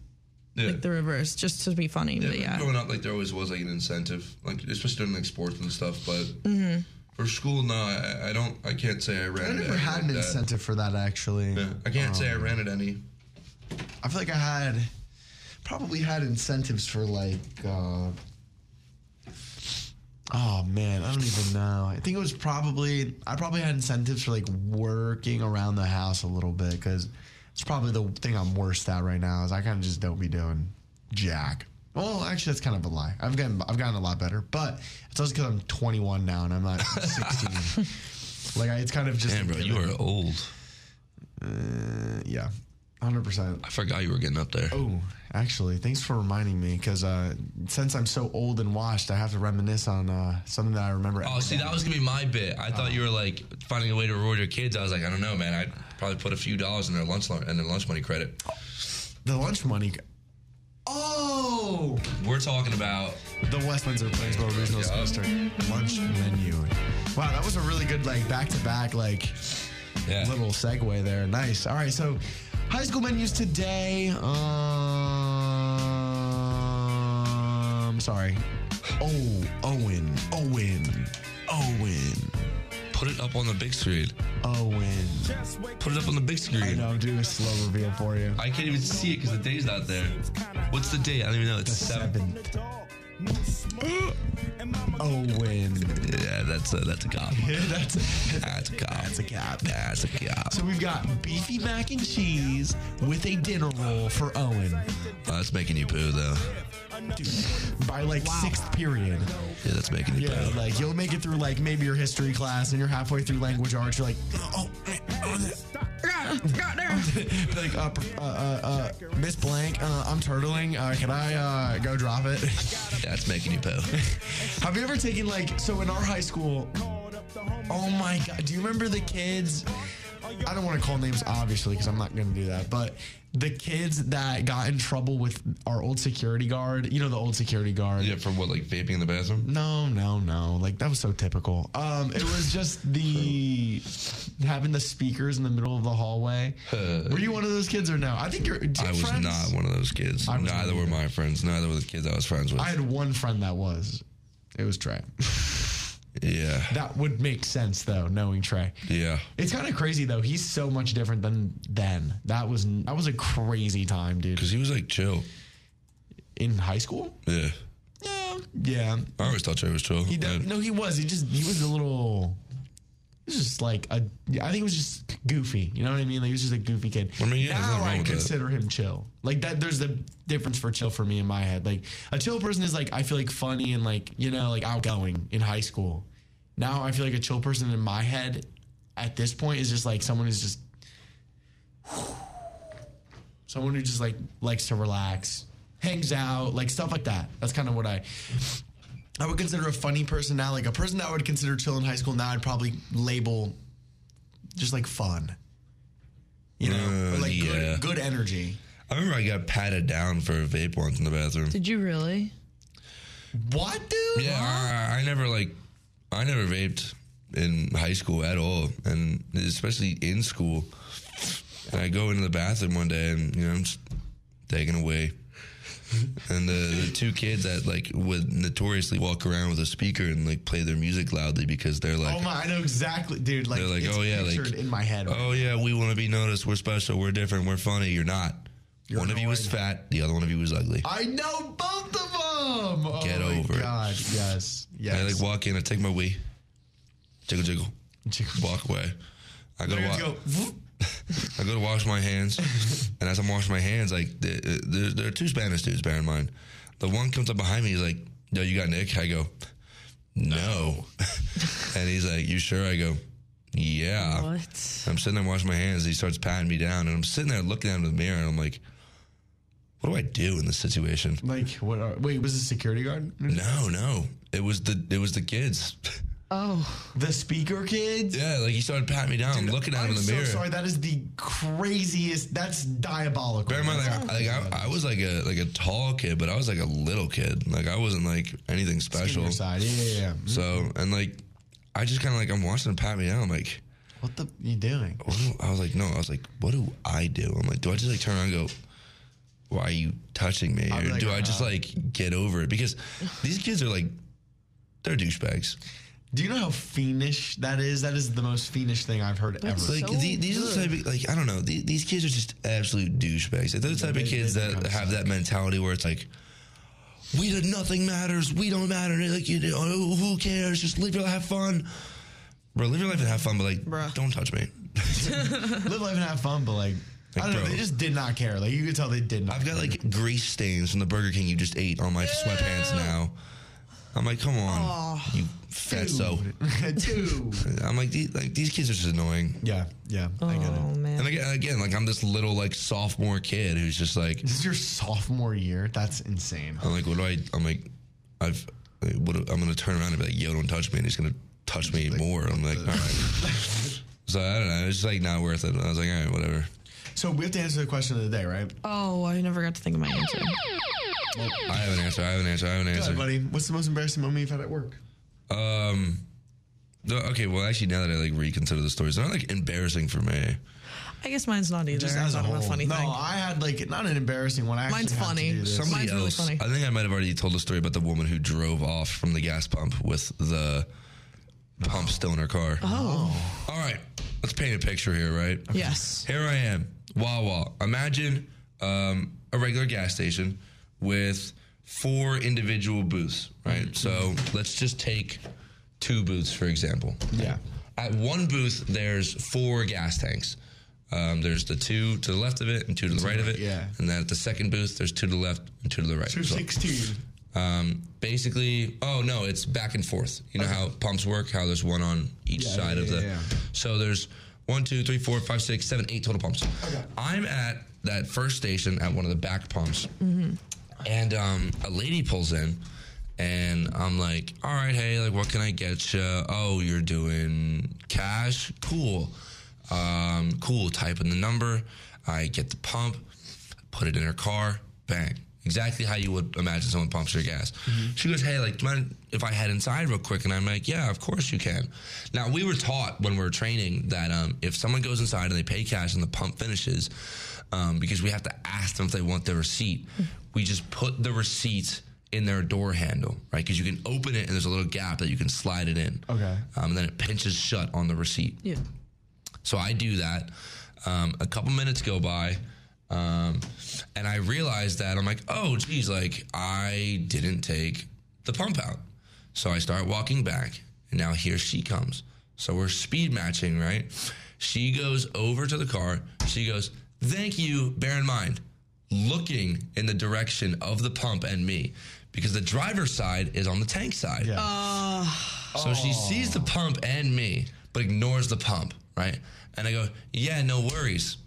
Speaker 5: Yeah.
Speaker 4: like the reverse, just to be funny.
Speaker 5: Yeah,
Speaker 4: but yeah,
Speaker 5: Growing up, like there always was like an incentive, like especially during like sports and stuff. But
Speaker 4: Mm-hmm.
Speaker 5: for school, no, I, I don't. I can't say I ran.
Speaker 1: I
Speaker 5: into
Speaker 1: never
Speaker 5: anything
Speaker 1: had an
Speaker 5: like that.
Speaker 1: incentive Oh. for that actually.
Speaker 5: Yeah, I can't say I ran at any.
Speaker 1: I feel like I had probably had incentives for like uh Oh man, I don't even know. I think it was probably I probably had incentives for like working around the house a little bit cuz it's probably the thing I'm worst at right now is I kind of just don't be doing jack. Well, actually, that's kind of a lie. I've gotten I've gotten a lot better, but it's also because I'm 21 now and I'm not 16. like I, it's kind of just
Speaker 5: are old.
Speaker 1: yeah, 100. percent
Speaker 5: I forgot you were getting up there.
Speaker 1: Oh, actually, thanks for reminding me because uh, since I'm so old and washed, I have to reminisce on uh, something that I remember.
Speaker 5: Oh, see, that was gonna be my bit. I thought you were like finding a way to reward your kids. I was like, I don't know, man. I'd probably put a few dollars in their lunch lo- in their lunch money credit.
Speaker 1: the lunch money. Oh,
Speaker 5: We're talking about
Speaker 1: the West Windsor Plainsboro Regional
Speaker 5: Yeah.
Speaker 1: School District lunch menu. Wow, that was a really good like back to back like
Speaker 5: yeah.
Speaker 1: little segue there. Nice. All right, so high school menus today. Um, sorry. Oh, Owen, Owen, Owen,
Speaker 5: Put it up on the big screen.
Speaker 1: Owen.
Speaker 5: Put it up on the big
Speaker 1: I
Speaker 5: screen.
Speaker 1: know, I'm doing a slow reveal for you.
Speaker 5: I can't even see it because the day's not there. What's the date? I don't even know. It's seven.
Speaker 1: Seventh. Owen.
Speaker 5: Yeah, that's a that's a cop.
Speaker 1: That's
Speaker 5: That's a cop. That's
Speaker 1: a cop.
Speaker 5: That's a cop.
Speaker 1: So we've got beefy mac and cheese with a dinner roll for Owen
Speaker 5: Oh, that's making you poo though.
Speaker 1: by like sixth period.
Speaker 5: Yeah, that's making you
Speaker 1: Yeah,
Speaker 5: poo.
Speaker 1: like you'll make it through like maybe your history class and you're halfway through language arts. You're like, oh, eh, oh, eh." Be like uh, pr- uh, uh, uh, Miss Blank, uh, I'm turtling. Uh, can I uh, go drop it?
Speaker 5: That's making you poo.
Speaker 1: Have you ever taken like so in our high school? Oh my god! Do you remember the kids? I don't want to call names obviously because I'm not going to do that. But the kids that got in trouble with our old security guard, you know the old security guard.
Speaker 5: yeah, from what like vaping in the bathroom.
Speaker 1: No, no, no. Like that was so typical. Um, it was just the having the speakers in the middle of the hallway. Were you one of those kids or no? I think you're.
Speaker 5: I was
Speaker 1: friends-
Speaker 5: not one of those kids.
Speaker 1: I was
Speaker 5: Neither
Speaker 1: not
Speaker 5: were my friends. Neither were the kids I was friends with.
Speaker 1: I had one friend that was. It was Trey.
Speaker 5: yeah,
Speaker 1: that would make sense though, knowing Trey.
Speaker 5: yeah.
Speaker 1: It's kind of crazy though. He's so much different than then. That was that was a crazy time, dude.
Speaker 5: Cause he was like chill.
Speaker 1: In high school?
Speaker 5: Yeah,
Speaker 1: Yeah. Yeah.
Speaker 5: I always thought Trey was chill.
Speaker 1: He de-
Speaker 5: And-
Speaker 1: no, he was. He just he was a little. He was just like a. I think he was just goofy. You know what I mean? Like he was just a goofy kid.
Speaker 5: I mean, yeah,
Speaker 1: now
Speaker 5: there's nothing wrong
Speaker 1: I
Speaker 5: with that.
Speaker 1: consider him chill. Like that. There's the difference for chill for me in my head. Like a chill person is like I feel like funny and like you know like outgoing in high school. Now I feel like a chill person in my head at this point is just like someone who's just someone who just like likes to relax, hangs out, like stuff like that. That's kind of what I I would consider a funny person now. Like a person that I would consider chill in high school now, I'd probably label just like fun. You know,
Speaker 5: Uh,
Speaker 1: or like
Speaker 5: yeah.
Speaker 1: good, good energy.
Speaker 5: I remember I got patted down for a vape once in the bathroom.
Speaker 4: Did you really?
Speaker 1: What, dude?
Speaker 5: Yeah, I, I never like, I never vaped in high school at all, and especially in school. And I go into the bathroom one day, and you know I'm just taken away. And the, the two kids that like would notoriously walk around with a speaker and like play their music loudly because they're like,
Speaker 1: Oh my, I know exactly, dude. Like,
Speaker 5: They're like,
Speaker 1: it's
Speaker 5: oh, yeah, like-
Speaker 1: pictured in my head.
Speaker 5: Oh yeah, we want to be noticed. We're special. We're different. We're funny. You're not. one of you was fat. The other one of you was ugly.
Speaker 1: I know both of them.
Speaker 5: Get
Speaker 1: oh
Speaker 5: over
Speaker 1: my
Speaker 5: it.
Speaker 1: God, yes,
Speaker 5: I
Speaker 1: yes.
Speaker 5: like walk in. I take my wee, jiggle jiggle,
Speaker 1: Jiggle.
Speaker 5: walk away. I go to
Speaker 1: Literally
Speaker 5: wa-
Speaker 1: go, whoop.
Speaker 5: I go to wash my hands, and as I'm washing my hands, like th- th- there, there are two Spanish dudes. Bear in mind, the one comes up behind me. He's like, "Yo, you got Nick?" I go, "No," and he's like, "You sure?" I go, "Yeah."
Speaker 4: What?
Speaker 5: I'm sitting there washing my hands. And he starts patting me down, and I'm sitting there looking at him in the mirror, and I'm like, "What do I do in this situation?"
Speaker 1: like what? Are, wait, was it security guard?
Speaker 5: No, no, it was the it was the kids.
Speaker 4: Oh,
Speaker 1: The speaker kids.
Speaker 5: yeah, like he started patting me down. I'm looking at him
Speaker 1: I'm
Speaker 5: in the
Speaker 1: so
Speaker 5: mirror.
Speaker 1: sorry. That is the craziest. That's diabolical.
Speaker 5: Bear in mind, like, I, like I, I was like a like a tall kid, but I was like a little kid. Like I wasn't like anything
Speaker 1: Your
Speaker 5: special.
Speaker 1: side. Yeah, yeah, yeah.
Speaker 5: So and like, I just kind of like I'm watching him pat me down. I'm like,
Speaker 1: What the you doing?
Speaker 5: what do, I was like, no, I was like, what do I do? I'm like, do I just like turn around and go, why are you touching me?
Speaker 1: I'd be
Speaker 5: Or
Speaker 1: like,
Speaker 5: do I just
Speaker 1: uh,
Speaker 5: like get over it? Because these kids are like, they're douchebags.
Speaker 1: Do you know how fiendish that is? That is the most fiendish thing I've heard ever.
Speaker 5: Like
Speaker 4: So
Speaker 5: the, these are the type of like I don't know. The, these kids are just absolute douchebags. Like they're the type
Speaker 1: they-
Speaker 5: of kids
Speaker 1: they
Speaker 5: that
Speaker 1: kinda
Speaker 5: have that mentality where it's like, we did nothing matters. We don't matter. Like you know, oh, who cares? Just live your life, have fun. Bro, live your life and have fun, but like,
Speaker 4: Bruh.
Speaker 5: don't touch me.
Speaker 1: Live life and have fun, but like, I
Speaker 5: Like,
Speaker 1: don't know.
Speaker 5: bro.
Speaker 1: They just did not care. Like you could tell they did not.
Speaker 5: I've got like grease stains from the Burger King you just ate on my sweatpants now. I'm like, come on, you fat so.
Speaker 1: two.
Speaker 5: I'm like, these, like these kids are just annoying.
Speaker 1: Yeah, yeah. I get it.
Speaker 4: oh man.
Speaker 5: And again, again, like I'm this little like sophomore kid who's just like,
Speaker 1: This is your sophomore year. That's insane.
Speaker 5: I'm like, what do I? I'm like, I've. like, What do- I'm gonna turn around and be like, yo, don't touch me, and he's gonna touch me more. I'm like, all
Speaker 1: uh,
Speaker 5: right. so I don't know. It's just like not worth it. I was like, all right, whatever.
Speaker 1: So we have to answer the question of the day, right?
Speaker 4: Oh, I never got to think of my answer.
Speaker 5: I have an answer. I have an answer. I have an
Speaker 1: Go ahead,
Speaker 5: answer.
Speaker 1: buddy. What's the most embarrassing moment you've had at work?
Speaker 5: Um. no, okay. Well, actually, now that I like reconsider the stories, they're not like embarrassing for me.
Speaker 4: I guess mine's not either. I thought of a funny
Speaker 1: no,
Speaker 4: thing.
Speaker 1: I had like not an embarrassing one. I actually
Speaker 4: Mine's
Speaker 1: had to
Speaker 4: funny.
Speaker 1: do this.
Speaker 4: Some-
Speaker 5: Somebody
Speaker 4: Mine's really
Speaker 5: else.
Speaker 4: funny.
Speaker 5: I think I might have already told a story about the woman who drove off from the gas pump with the pump still in her car.
Speaker 4: oh,
Speaker 5: All right. Let's paint a picture here, right?
Speaker 4: yes.
Speaker 5: Here I am, Wawa. Imagine um, a regular gas station with four individual booths, right? So let's just take two booths, for example.
Speaker 1: Yeah.
Speaker 5: At one booth, there's four gas tanks. Um, there's the two to the left of it and two to the right of it.
Speaker 1: yeah.
Speaker 5: And then at the second booth, there's two to the left and two to the right.
Speaker 1: Two
Speaker 5: So,
Speaker 1: sixteen.
Speaker 5: um, basically, oh no, it's back and forth. You know how pumps work? How there's one on each
Speaker 1: Yeah,
Speaker 5: side
Speaker 1: yeah,
Speaker 5: of the.
Speaker 1: yeah, yeah.
Speaker 5: So there's one, two, three, four, five, six, seven, eight total pumps. I'm at that first station at one of the back pumps,
Speaker 1: Mm-hmm.
Speaker 5: and um, a lady pulls in, and I'm like, "All right, hey, like, what can I get you? Oh, you're doing cash? Cool, um, cool. Type in the number. I get the pump, put it in her car. Bang." Exactly how you would imagine someone pumps your gas. She goes, "Hey, like, do you mind if I head inside real quick?" And I'm like, "Yeah, of course you can." Now we were taught when we were training that um, if someone goes inside and they pay cash and the pump finishes, um, because we have to ask them if they want the receipt, we just put the receipt in their door handle, right? Because you can open it and there's a little gap that you can slide it in.
Speaker 1: Okay.
Speaker 5: Um, and then it pinches shut on the receipt.
Speaker 4: Yeah.
Speaker 1: Um,
Speaker 5: So I do that. Um, a couple minutes go by, um, and I realize that I'm like, oh, geez, like I didn't take the pump out. So I start walking back, and now here she comes. So we're speed matching, right? She goes over to the car. She goes, thank you, bear in mind, looking in the direction of the pump and me, because the driver's side is on the tank side.
Speaker 1: Yeah.
Speaker 5: So she sees the pump and me, but ignores the pump, right? And I go, yeah, no worries.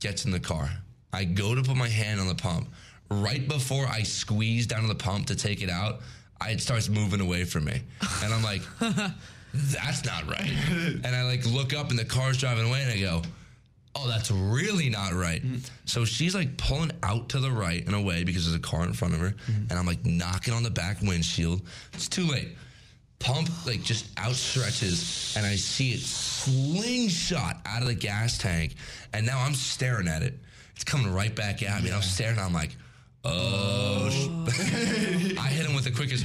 Speaker 5: Gets in the car. I go to put my hand on the pump, right before I squeeze down to the pump to take it out, I, it starts moving away from me. And I'm like, that's not right. And I like look up and the car's driving away and I go, oh, that's really not right. So she's like pulling out to the right and away because there's a car in front of her. And I'm like knocking on the back windshield. It's too late. Pump like just outstretches and I see it slingshot out of the gas tank. And now I'm staring at it. It's coming right back at me. And I'm staring. I'm like, oh. sh-" I hit him with the quickest.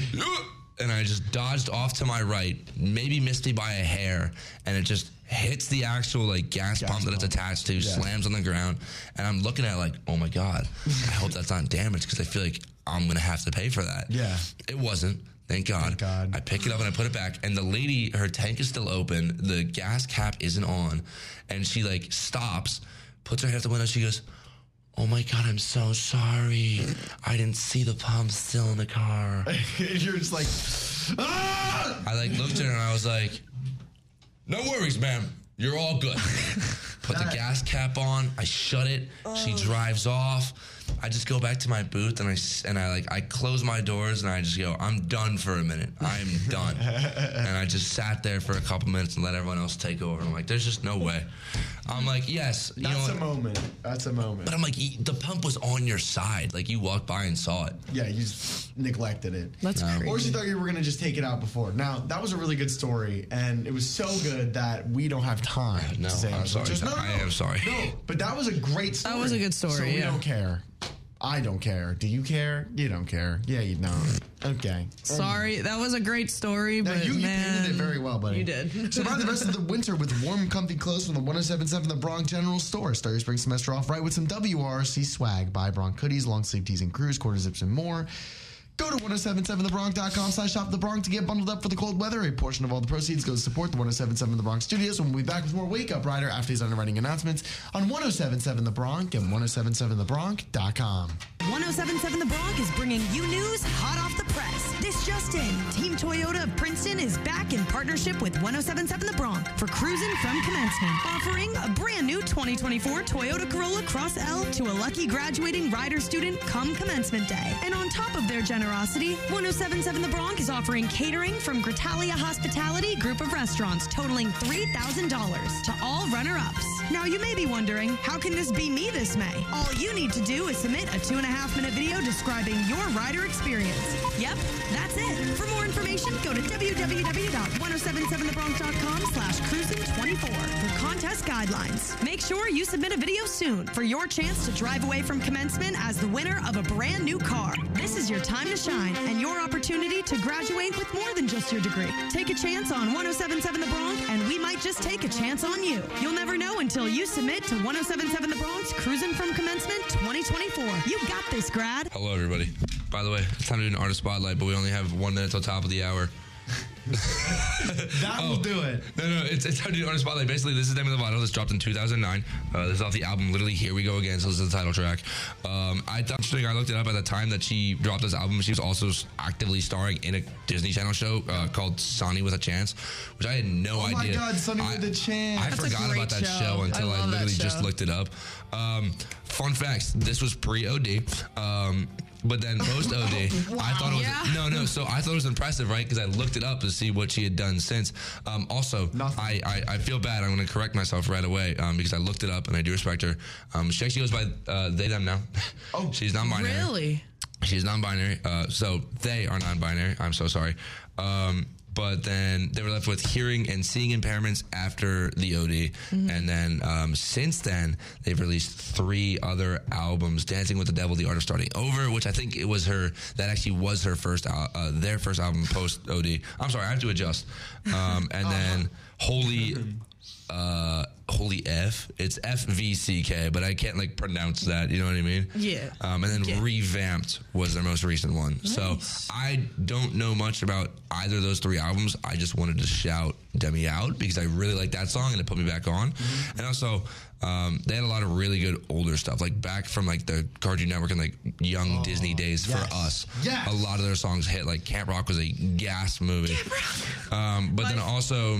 Speaker 5: And I just dodged off to my right, maybe missed me by a hair, and it just hits the actual like gas, pump that it's attached to, slams on the ground, and I'm looking at it like, oh my god, I hope that's not damaged because I feel like I'm gonna have to pay for that.
Speaker 1: Yeah.
Speaker 5: it wasn't. Thank God.
Speaker 1: God.
Speaker 5: I pick it up and I put it back, and the lady, her tank is still open, the gas cap isn't on, and she like stops, puts her head out the window, she goes. Oh my god, I'm so sorry. I didn't see the pump still in the car.
Speaker 1: You're just like, ah!
Speaker 5: I like looked at her and I was like, "No worries, ma'am. You're all good." Put the gas cap on. I shut it.
Speaker 1: Oh.
Speaker 5: She drives off. I just go back to my booth and I s- and I like I close my doors and I just go, "I'm done for a minute. I'm done." and I just sat there for a couple minutes and let everyone else take over. I'm like, "There's just no way." I'm like, "Yes, you
Speaker 1: That's
Speaker 5: know."
Speaker 1: a
Speaker 5: what?
Speaker 1: moment. That's a moment.
Speaker 5: But I'm like, "Y- the pump was on your side. Like you walked by and saw it.
Speaker 1: Yeah, you just neglected it. Um,
Speaker 4: That's crazy.
Speaker 1: Or she thought you were gonna just take it out before. Now that was a really good story, and it was so good that we don't have time.
Speaker 5: No,
Speaker 1: to say
Speaker 5: I'm
Speaker 1: much.
Speaker 5: sorry.
Speaker 1: Just-
Speaker 5: I am sorry.
Speaker 1: No, but that was a great story.
Speaker 4: was a good story,
Speaker 1: So we
Speaker 4: yeah.
Speaker 1: don't care. I don't care. Do you care? You don't care. Yeah, you don't. Okay.
Speaker 4: Sorry, that was a great story,
Speaker 1: Now,
Speaker 4: but
Speaker 1: you, you
Speaker 4: man,
Speaker 1: painted it very well, buddy.
Speaker 4: you did.
Speaker 1: Survive the rest of the winter with warm, comfy clothes from the 1077 The Bronx General Store. Start your spring semester off right with some WRC swag. Buy Bronx hoodies, long sleeve tees and crews, quarter zips, and more. Go to 1077thebronx.com slash shop the Bronx to get bundled up for the cold weather. A portion of all the proceeds goes to support the 1077 The Bronx studios. And we'll be back with more Wake Up Rider after these underwriting announcements on 1077 The Bronx and 1077thebronx.com.
Speaker 6: 1077 The Bronx is bringing you news hot off the press. This just in, Team Toyota of Princeton is back in partnership with 1077 The Bronx for cruising from commencement, offering a brand new 2024 Toyota Corolla Cross L to a lucky graduating rider student come commencement day. And on top of their generosity, 1077 The Bronx is offering catering from Gritalia Hospitality group of restaurants totaling $3,000 to all runner-ups. Now you may be wondering, how can this be me this May? All you need to do is submit a two and a half minute video describing your rider experience. Yep, that's it. For more information, go to www.1077thebronx.com slash cruisin24 for contest guidelines. Make sure you submit a video soon for your chance to drive away from commencement as the winner of a brand new car. This is your time to shine and your opportunity to graduate with more than just your degree. Take a chance on 1077 The Bronx, and we might just take a chance on you. You'll never know until you submit to 1077 The Bronx Cruising from Commencement 2024. You got this, grad.
Speaker 5: Hello, everybody. By the way, it's time to do an artist spotlight, but we only have one minute till top of the hour.
Speaker 1: That
Speaker 4: Oh,
Speaker 1: will do it.
Speaker 5: No, no, it's, it's time to do Honor Spotlight. Basically, this is Demi Lovato. This dropped in 2009. Uh, this is off the album, literally, Here We Go Again. So this is the title track. Um, I thought, interesting, I looked it up at the time that she dropped this album. She was also s- actively starring in a Disney Channel show uh, called Sonny with a Chance, which I had no
Speaker 1: Oh my
Speaker 5: idea.
Speaker 1: God, Sonny
Speaker 5: I-
Speaker 1: with a Chance.
Speaker 5: I
Speaker 1: That's
Speaker 4: a
Speaker 5: forgot
Speaker 4: great
Speaker 5: about that show,
Speaker 4: show. I
Speaker 5: until I,
Speaker 4: love that
Speaker 5: literally just
Speaker 4: show.
Speaker 5: looked it up. Um, fun facts: this was pre-OD. Um, but then post OD, I thought it was no, no. So I thought it was impressive, right? Because I looked it up to see what she had done since. Um, also,
Speaker 1: Nothing.
Speaker 5: I, I I feel bad. I'm going to correct myself right away um, because I looked it up and I do respect her. Um, she actually goes by uh, they them now. Oh, she's non-binary.
Speaker 4: really.
Speaker 5: She's non-binary. Uh, so they are non-binary. I'm so sorry. Um, but then they were left with hearing and seeing impairments after the OD, and then um, since then they've released three other albums: "Dancing with the Devil," "The Art of Starting Over," which I think it was her that actually was her first, al- uh, their first album post OD. I'm sorry, I have to adjust. Um, and then "Holy." uh holy f it's f-v-c-k but i can't like pronounce that you know what i mean
Speaker 4: Yeah.
Speaker 5: um and then revamped was their most recent one so i don't know much about either of those three albums i just wanted to shout demi out because i really like that song and it put me back on and also um, they had a lot of really good older stuff, like back from like the Cartoon Network and like young Disney days
Speaker 1: yes.
Speaker 5: for us.
Speaker 1: Yes.
Speaker 5: a lot of their songs hit. Like Camp Rock was a gas movie, um, but then also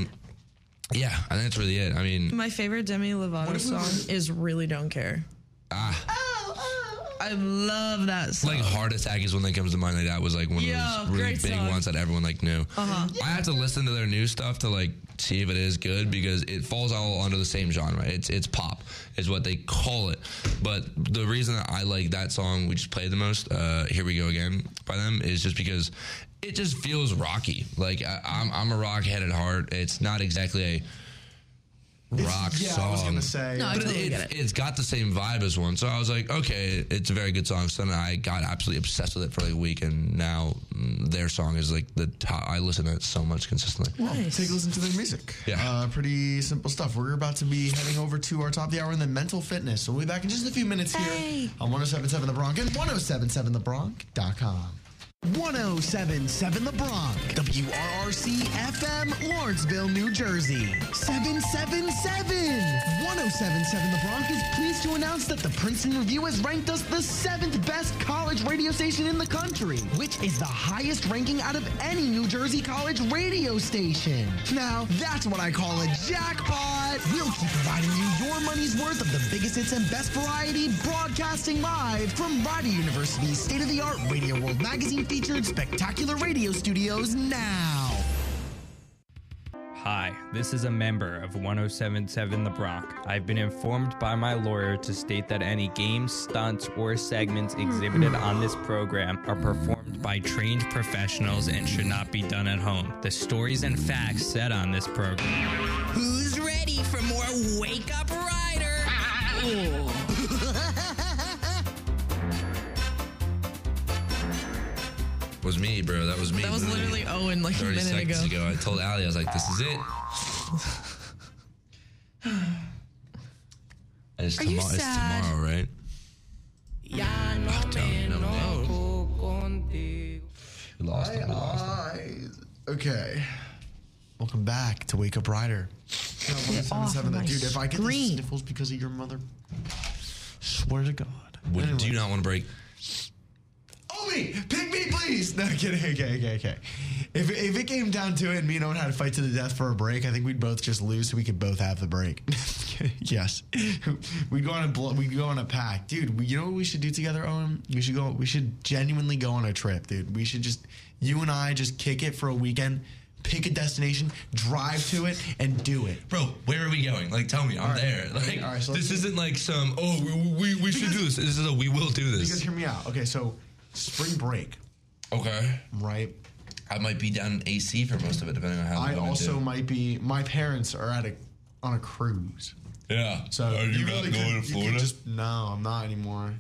Speaker 5: yeah, I think that's really it. I mean,
Speaker 4: My favorite Demi Lovato song is "Really Don't Care."
Speaker 5: ah,
Speaker 4: I love that song.
Speaker 5: Like Heart Attack is one that comes to mind. Like that was like one
Speaker 4: Yeah,
Speaker 5: of those really
Speaker 4: great
Speaker 5: big
Speaker 4: song.
Speaker 5: ones that everyone like knew.
Speaker 1: Uh-huh.
Speaker 5: I have to listen to their new stuff to like see if it is good because it falls all under the same genre. It's it's pop is what they call it. But the reason that I like that song we just played the most, uh, "Here We Go Again" by them, is just because it just feels rocky. Like I, I'm I'm a rock head at heart. It's not exactly a rock
Speaker 1: yeah,
Speaker 5: song
Speaker 1: I was gonna say.
Speaker 4: No, I
Speaker 5: but
Speaker 4: totally
Speaker 5: it, it,
Speaker 4: get it.
Speaker 5: has got the same vibe as one. So I was like, okay, it's a very good song. So then I got absolutely obsessed with it for like a week, and now mm, their song is like the top. I listen to it so much consistently.
Speaker 1: Well, Take a listen to their music.
Speaker 5: Yeah.
Speaker 1: Uh, pretty simple stuff. We're about to be heading over to our top of the hour and then mental fitness. So we'll be back in just a few minutes here on 1077 The Bronx and 1077TheBronx.com.
Speaker 7: 1077 The Bronx, WRRC FM, Lawrenceville, New Jersey. 777! 1077 The Bronx is pleased to announce that the Princeton Review has ranked us the seventh best college radio station in the country, which is the highest ranking out of any New Jersey college radio station. Now, that's what I call a jackpot! We'll keep providing you your money's worth of the biggest hits and best variety broadcasting live from Rider University's state of the art Radio World Magazine featured spectacular radio studios now.
Speaker 8: Hi, this is a member of 1077 The Bronx. I've been informed by my lawyer to state that any games, stunts, or segments exhibited on this program are performed by trained professionals and should not be done at home. The stories and facts said on this program.
Speaker 3: Who's ready for more Wake Up Rider?
Speaker 5: Was me, bro. That was me.
Speaker 4: That was literally Owen like a
Speaker 5: thirty
Speaker 4: minute ago.
Speaker 5: seconds ago. I told Ali, I was like, this is it. And it's,
Speaker 4: you
Speaker 5: tomorrow, it's
Speaker 4: sad?
Speaker 5: tomorrow, right? Ah,
Speaker 3: Ya no
Speaker 5: me
Speaker 3: enojo contigo.
Speaker 5: We lost. it, we lost. it.
Speaker 1: Okay. Welcome back to Wake Up Rider. No, 1077
Speaker 4: off my
Speaker 1: Dude, if I get the
Speaker 4: screen.
Speaker 1: sniffles because of your mother, swear to God.
Speaker 5: Would-
Speaker 1: Anyway.
Speaker 5: Do you not want to break?
Speaker 1: Omi, pick me, please. No kidding. Okay, okay, okay. If, if it came down to it, and me and Owen had to fight to the death for a break, I think we'd both just lose, so we could both have the break. yes, we'd go on a blo- we'd go on a pack, dude. We, you know what we should do together, Owen? We should go. We should genuinely go on a trip, dude. We should just you and I just kick it for a weekend, pick a destination, drive to it, and do it.
Speaker 5: Bro, where are we going? Like, tell me, I'm
Speaker 1: right.
Speaker 5: there.
Speaker 1: Okay,
Speaker 5: Like,
Speaker 1: all right, so let's
Speaker 5: this
Speaker 1: do-
Speaker 5: isn't like some. Oh, we, we, we should do this. This is a. We will do
Speaker 1: You guys
Speaker 5: this.
Speaker 1: hear me out, okay? So spring break,
Speaker 5: Okay.
Speaker 1: right?
Speaker 5: I might be down in AC for most of it, depending on how.
Speaker 1: I
Speaker 5: long
Speaker 1: also
Speaker 5: do.
Speaker 1: might be. My parents are at a on a cruise.
Speaker 5: Yeah.
Speaker 1: So
Speaker 5: are you, not
Speaker 1: really could-
Speaker 5: going to
Speaker 1: you could
Speaker 5: Florida?
Speaker 1: just- no, I'm not anymore.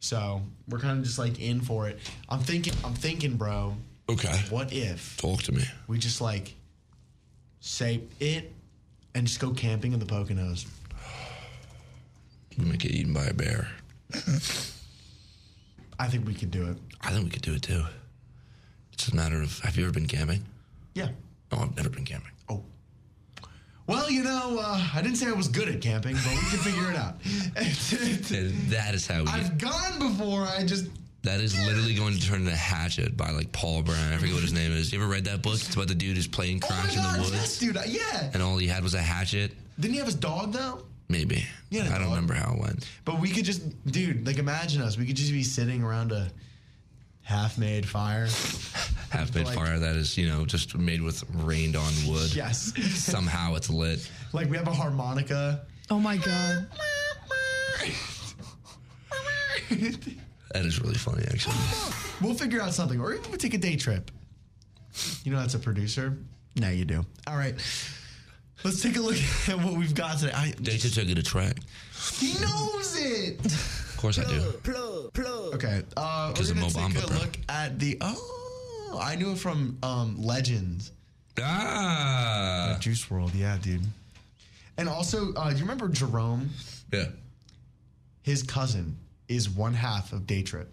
Speaker 1: So we're kind of just like in for it. I'm thinking, I'm thinking, bro.
Speaker 5: okay.
Speaker 1: What if
Speaker 5: Talk to me.
Speaker 1: we just like say it and just go camping in the Poconos?
Speaker 5: You might get eaten by a bear.
Speaker 1: I think we could do it.
Speaker 5: I think we could do it too. It's a matter of. Have you ever been camping?
Speaker 1: Yeah.
Speaker 5: No, I've never been camping.
Speaker 1: Oh. Well, you know, uh, I didn't say I was good at camping, but we can figure it out.
Speaker 5: Th- That is how we.
Speaker 1: I've gone before. I just
Speaker 5: that is literally going to turn into Hatchet by like Paul Brown. I forget what his name is. You ever read that book? It's about the dude who's playing
Speaker 1: oh my
Speaker 5: crimes in
Speaker 1: god,
Speaker 5: the woods,
Speaker 1: yes, dude. Yeah.
Speaker 5: and all he had was a hatchet.
Speaker 1: Didn't he have his dog though?
Speaker 5: Maybe.
Speaker 1: Yeah,
Speaker 5: I don't
Speaker 1: dog.
Speaker 5: remember how it went.
Speaker 1: But we could just, dude, like imagine us. We could just be sitting around a half made fire.
Speaker 5: Half made
Speaker 1: Like-
Speaker 5: fire that is, you know, just made with rained on wood.
Speaker 1: Yes.
Speaker 5: Somehow it's lit.
Speaker 1: Like we have a harmonica.
Speaker 4: Oh my god.
Speaker 5: That is really funny, actually.
Speaker 1: We'll figure out something. Or even we take a day trip. You know, that's a producer. Now you do. All right. Let's take a look at what we've got today. I,
Speaker 5: They just took you to track.
Speaker 1: he knows it.
Speaker 5: Of course I do.
Speaker 1: Okay. Uh, we're
Speaker 5: Because of
Speaker 1: going to
Speaker 5: Mo
Speaker 1: take
Speaker 5: Bamba,
Speaker 1: a
Speaker 5: bro.
Speaker 1: look at the. Oh, I knew it from um, Legends.
Speaker 5: Ah.
Speaker 1: Juice World. Yeah, dude. And also, uh, you remember Jerome?
Speaker 5: Yeah.
Speaker 1: His cousin is one half of Day Trip.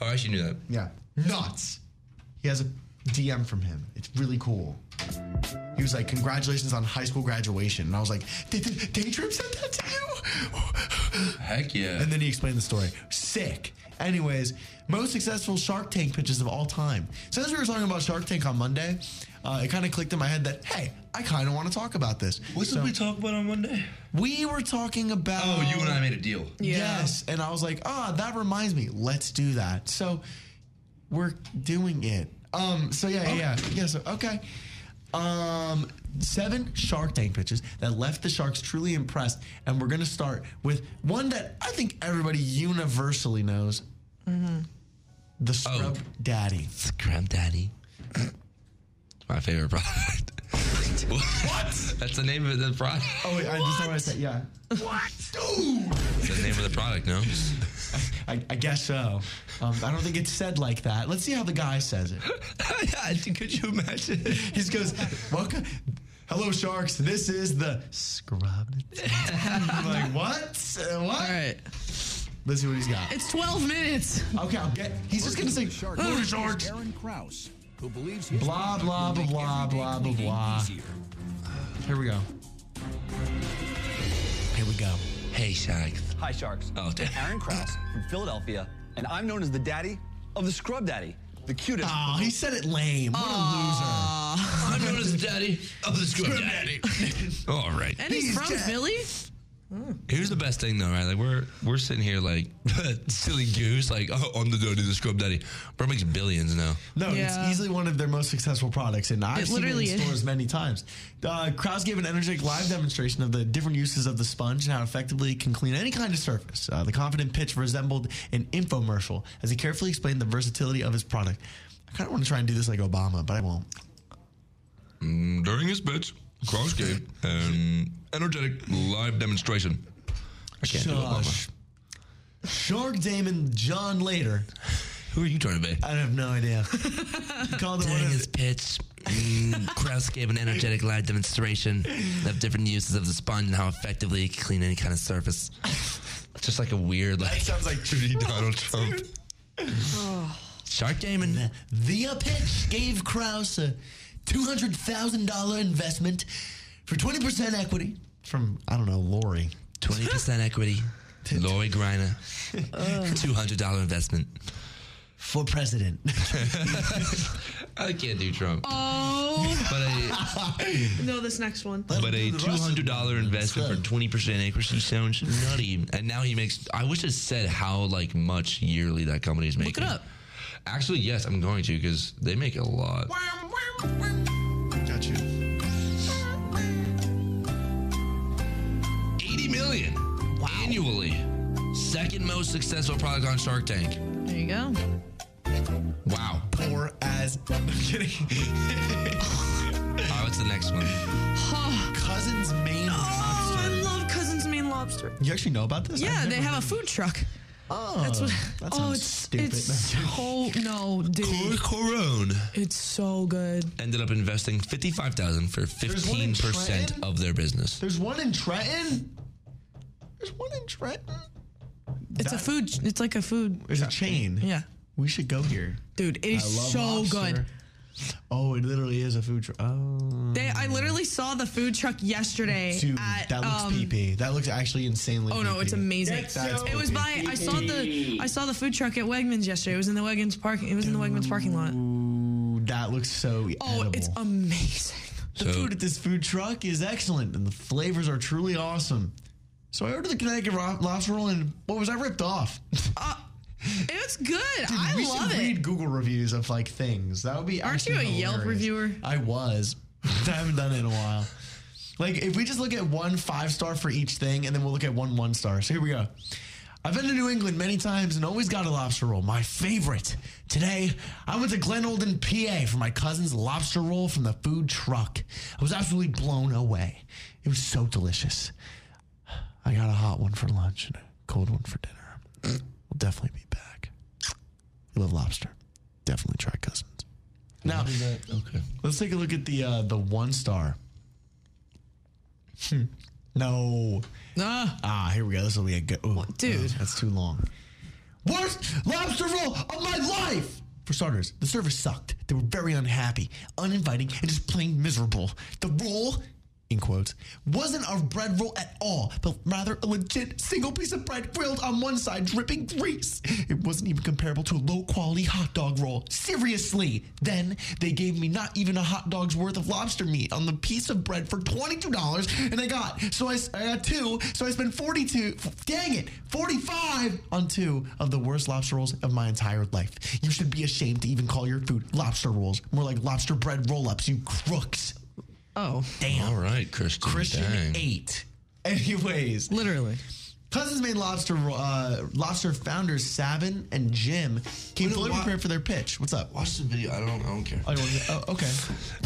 Speaker 5: Oh, I actually knew that.
Speaker 1: Yeah. Nuts. He has a DM from him. It's really cool. He was like, Congratulations on high school graduation. And I was like, "Did Did Day Trip sent that to you?
Speaker 5: Heck yeah.
Speaker 1: And then he explained the story. Sick. Anyways, most successful Shark Tank pitches of all time. So as we were talking about Shark Tank on Monday, uh, it kind of clicked in my head that hey, I kind of want to talk about this.
Speaker 5: What did
Speaker 1: So
Speaker 5: we talk about on Monday?
Speaker 1: we were talking about.
Speaker 5: Oh, you and I made a deal.
Speaker 1: Yes. And I was like, ah, that reminds me. Let's do that. So we're doing it. Um, so yeah, yeah, yeah. Yeah, so okay. Um, seven Shark Tank pitches that left the Sharks truly impressed. And we're gonna start with one that I think everybody universally knows. The Scrub Daddy.
Speaker 5: Scrub Daddy. My favorite product. what? That's the name of the product.
Speaker 1: Oh wait, I just know what I said. Yeah.
Speaker 5: That's the name of the product, no?
Speaker 1: I, I guess so. Um, I don't think it's said like that. Let's see how the guy says it.
Speaker 5: Could you imagine?
Speaker 1: He just goes, "Welcome, hello, sharks. This is the scrubbed." I'm like what? Uh, What?
Speaker 4: All right.
Speaker 1: Let's see what he's got.
Speaker 4: It's 12 minutes.
Speaker 1: Okay, I'll get. He's just gonna say, "Hello, sharks."
Speaker 9: Aaron Kraus, who believes his
Speaker 1: Blah,
Speaker 9: product
Speaker 1: blah,
Speaker 9: will make
Speaker 1: blah,
Speaker 9: everyday
Speaker 1: blah, blah,
Speaker 9: cleaning
Speaker 1: blah.
Speaker 9: easier.
Speaker 1: Here we go. Here we go.
Speaker 5: Hey, Shaq.
Speaker 10: Hi, Sharks.
Speaker 5: Oh, damn.
Speaker 10: Aaron Kraus from Philadelphia, and I'm known as the daddy of the Scrub Daddy, the cutest.
Speaker 1: Oh, he said it lame. What a loser.
Speaker 5: I'm known as the daddy of the Scrub Daddy. All right.
Speaker 4: And he's, from Philly?
Speaker 5: Here's the best thing though, right? Like we're we're sitting here like silly goose, like oh, I'm the daddy, the scrub daddy. Bro makes billions now.
Speaker 1: No, it's
Speaker 4: Yeah.
Speaker 1: easily one of their most successful products, and I've
Speaker 4: It
Speaker 1: seen it in
Speaker 4: literally is.
Speaker 1: stores many times. Uh, Kraus gave an energetic live demonstration of the different uses of the sponge and how effectively it can clean any kind of surface. Uh, the confident pitch resembled an infomercial as he carefully explained the versatility of his product. I kind of want to try and do this like Obama, but I won't.
Speaker 5: During his pitch, cross game, an energetic live demonstration. I can't do it, Obama.
Speaker 1: Josh. Shark Damon John Later.
Speaker 5: Who are you trying to be?
Speaker 1: I have no idea. He called it Uh, one of-
Speaker 5: pitch, mm, Kraus gave an energetic live demonstration of different uses of the sponge and how effectively it can clean any kind of surface. Just like a weird, like sounds like Trudy Donald Trump. Shark Damon.
Speaker 1: The pitch gave Kraus a $200,000 investment for 20% equity from, I don't know, Lori.
Speaker 5: Twenty percent equity. Lori Griner. Two hundred dollar investment.
Speaker 1: For president.
Speaker 5: I can't do Trump.
Speaker 4: Oh.
Speaker 5: But a
Speaker 4: no, this next one.
Speaker 5: but a two hundred dollar investment for twenty percent equity sounds nutty. And now he makes. I wish it said how like much yearly that company is making.
Speaker 4: up.
Speaker 5: Actually, yes, I'm going to because they make a lot.
Speaker 1: Got you.
Speaker 5: Eighty million annually. Second most successful product on Shark Tank.
Speaker 4: There you go.
Speaker 5: Wow.
Speaker 1: Poor as. I'm kidding.
Speaker 5: Oh, what's the next one?
Speaker 1: Cousins Maine Lobster.
Speaker 4: Oh, I love Cousins Maine Lobster.
Speaker 1: You actually know about this?
Speaker 4: Yeah,
Speaker 1: I've
Speaker 4: they
Speaker 1: never-
Speaker 4: have a food truck.
Speaker 1: Oh,
Speaker 4: That's what.
Speaker 1: that
Speaker 4: oh,
Speaker 1: sounds
Speaker 4: it's
Speaker 1: stupid.
Speaker 4: it's so no, dude.
Speaker 5: Corone.
Speaker 4: It's so good.
Speaker 5: ended up investing 55000 for
Speaker 1: one in
Speaker 5: 15%
Speaker 1: Trenton?
Speaker 5: of their business.
Speaker 1: There's one in Trenton. There's one in Trenton.
Speaker 4: It's a
Speaker 1: That-
Speaker 4: food. It's like a food.
Speaker 1: There's a chain.
Speaker 4: Yeah,
Speaker 1: We should go here.
Speaker 4: dude, it
Speaker 1: I love
Speaker 4: is so
Speaker 1: lobster.
Speaker 4: good.
Speaker 1: Oh, it literally is a food truck. Oh.
Speaker 4: They, I literally saw the food truck yesterday.
Speaker 1: Dude,
Speaker 4: at,
Speaker 1: that looks
Speaker 4: um,
Speaker 1: pee-pee. That looks actually insanely
Speaker 4: Oh no,
Speaker 1: pee-pee.
Speaker 4: it's amazing.
Speaker 1: That's
Speaker 4: It was by. I saw the. I saw the food truck at Wegmans yesterday. It was in the Wegmans parking. It was in the Wegmans parking lot.
Speaker 1: Ooh, that looks so
Speaker 4: Oh,
Speaker 1: edible.
Speaker 4: it's amazing.
Speaker 1: the food at this food truck is excellent, and the flavors are truly awesome. So I ordered the Connecticut ro- lobster roll, and what was I ripped off?
Speaker 4: It's good. I
Speaker 1: we
Speaker 4: love
Speaker 1: should
Speaker 4: it.
Speaker 1: read Google reviews of like things. That would be.
Speaker 4: Aren't you
Speaker 1: actually
Speaker 4: a Yelp
Speaker 1: hilarious.
Speaker 4: reviewer?
Speaker 1: I was. I haven't done it in a while. Like if we just look at one five star for each thing, and then we'll look at one one star. So here we go. I've been to New England many times and always got a lobster roll, my favorite. Today, I went to Glen Olden, PA for my cousin's lobster roll from the food truck. I was absolutely blown away. It was so delicious. I got a hot one for lunch and a cold one for dinner. we'll definitely be back. You love lobster. Definitely try cousins. Now,
Speaker 5: Okay.
Speaker 1: let's take a look at the uh, the one star. Hmm. no.
Speaker 4: Ah,
Speaker 1: Ah, here we go. This will be a good. ooh,
Speaker 4: dude.
Speaker 1: uh, that's too long. Worst lobster roll of my life. For starters, the service sucked. They were very unhappy, uninviting, and just plain miserable. The roll in quotes, wasn't a bread roll at all, but rather a legit single piece of bread grilled on one side, dripping grease. It wasn't even comparable to a low quality hot dog roll. Seriously. Then they gave me not even a hot dog's worth of lobster meat on the piece of bread for $22, and I got, so I, s- I got two, so I spent 42, dang it, 45 on two of the worst lobster rolls of my entire life. You should be ashamed to even call your food lobster rolls, more like lobster bread roll ups, you crooks.
Speaker 11: Oh,
Speaker 1: damn.
Speaker 5: All right, Christian.
Speaker 1: Christian
Speaker 5: dang.
Speaker 1: ate. Anyways,
Speaker 11: literally.
Speaker 1: Cousins made lobster uh, lobster founders Sabin and Jim came
Speaker 5: Wait,
Speaker 1: fully
Speaker 5: why-
Speaker 1: prepared for their pitch. What's up?
Speaker 5: Watch the video. I don't. I don't care.
Speaker 1: Oh, you wanna- oh, okay.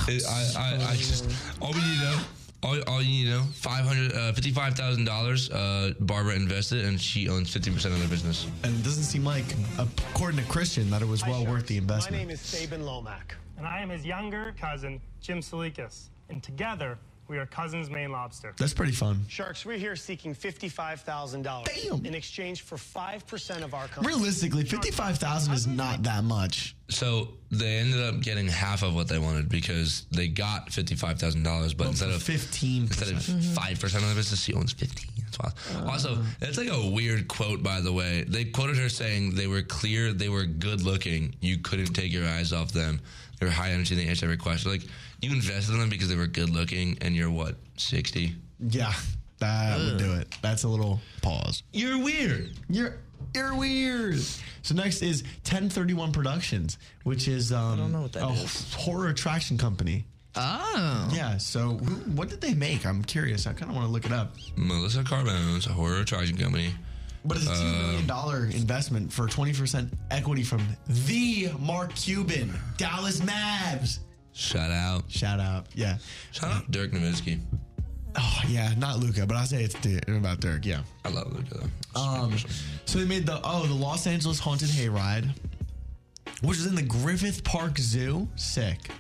Speaker 5: It- I, I, I just all we need to know. All, all you need to know, five hundred, uh, fifty-five thousand dollars. Uh, Barbara invested, and she owns fifty percent of the business.
Speaker 1: And it doesn't seem like, according to Christian, that it was well Oh, worth the
Speaker 12: My
Speaker 1: investment.
Speaker 12: name is Sabin Lomack.
Speaker 13: And I am his younger cousin, Jim Salikas. And together, we are Cousins Maine Lobster.
Speaker 1: That's pretty fun.
Speaker 12: Sharks, we're here seeking $55,000 in exchange for 5% of our company.
Speaker 1: Realistically, fifty-five thousand is not that much.
Speaker 5: So they ended up getting half of what they wanted because they got fifty-five thousand dollars, but instead of
Speaker 1: fifteen,
Speaker 5: instead of five percent of the business, she owns fifteen. That's wild. also, that's like a weird quote, by the way. They quoted her saying they were clear, they were good looking, you couldn't take your eyes off them. They were high energy, they answered every question. Like you invested in them because they were good looking, and you're what sixty.
Speaker 1: Yeah, that would
Speaker 5: Ugh.
Speaker 1: do it. That's a little pause.
Speaker 5: You're weird.
Speaker 1: You're you're weird. So next is 1031 Productions, which is um, I don't know what that is. a horror attraction company.
Speaker 11: Oh.
Speaker 1: Yeah. So who, what did they make? I'm curious. I kind of want to look it up.
Speaker 5: Melissa Carbone's a horror attraction company.
Speaker 1: But it's a two million dollar investment for 20 percent equity from the Mark Cuban, Dallas Mavs.
Speaker 5: Shout out.
Speaker 1: Shout out. Yeah.
Speaker 5: Shout out Dirk Nowitzki.
Speaker 1: Oh yeah, not Luca, but I say it's Di- about Dirk. Yeah.
Speaker 5: I love Luca though.
Speaker 1: Um, so they made the oh the Los Angeles Haunted Hayride, which is in the Griffith Park Zoo. Sick.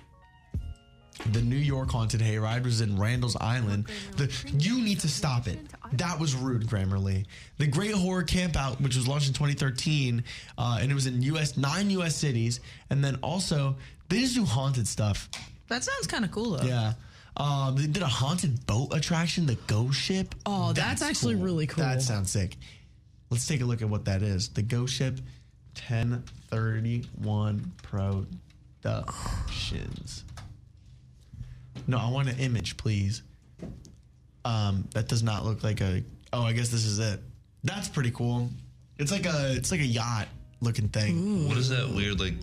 Speaker 1: The New York Haunted Hayride was in Randall's Island. The you need to stop it. That was rude, Grammarly. The Great Horror Campout, which was launched in 2013, uh, and it was in U.S. nine U.S. cities, and then also they just do haunted stuff.
Speaker 4: That sounds kind of cool though.
Speaker 1: Yeah. Um, they did a haunted boat attraction, the Ghost Ship.
Speaker 4: Oh, that's actually really cool.
Speaker 1: That sounds sick. Let's take a look at what that is. The Ghost Ship 1031 Productions. No, I want an image, please. Um, that does not look like a. Oh, I guess this is it. That's pretty cool. It's like a. It's like a yacht looking thing.
Speaker 5: What is that weird like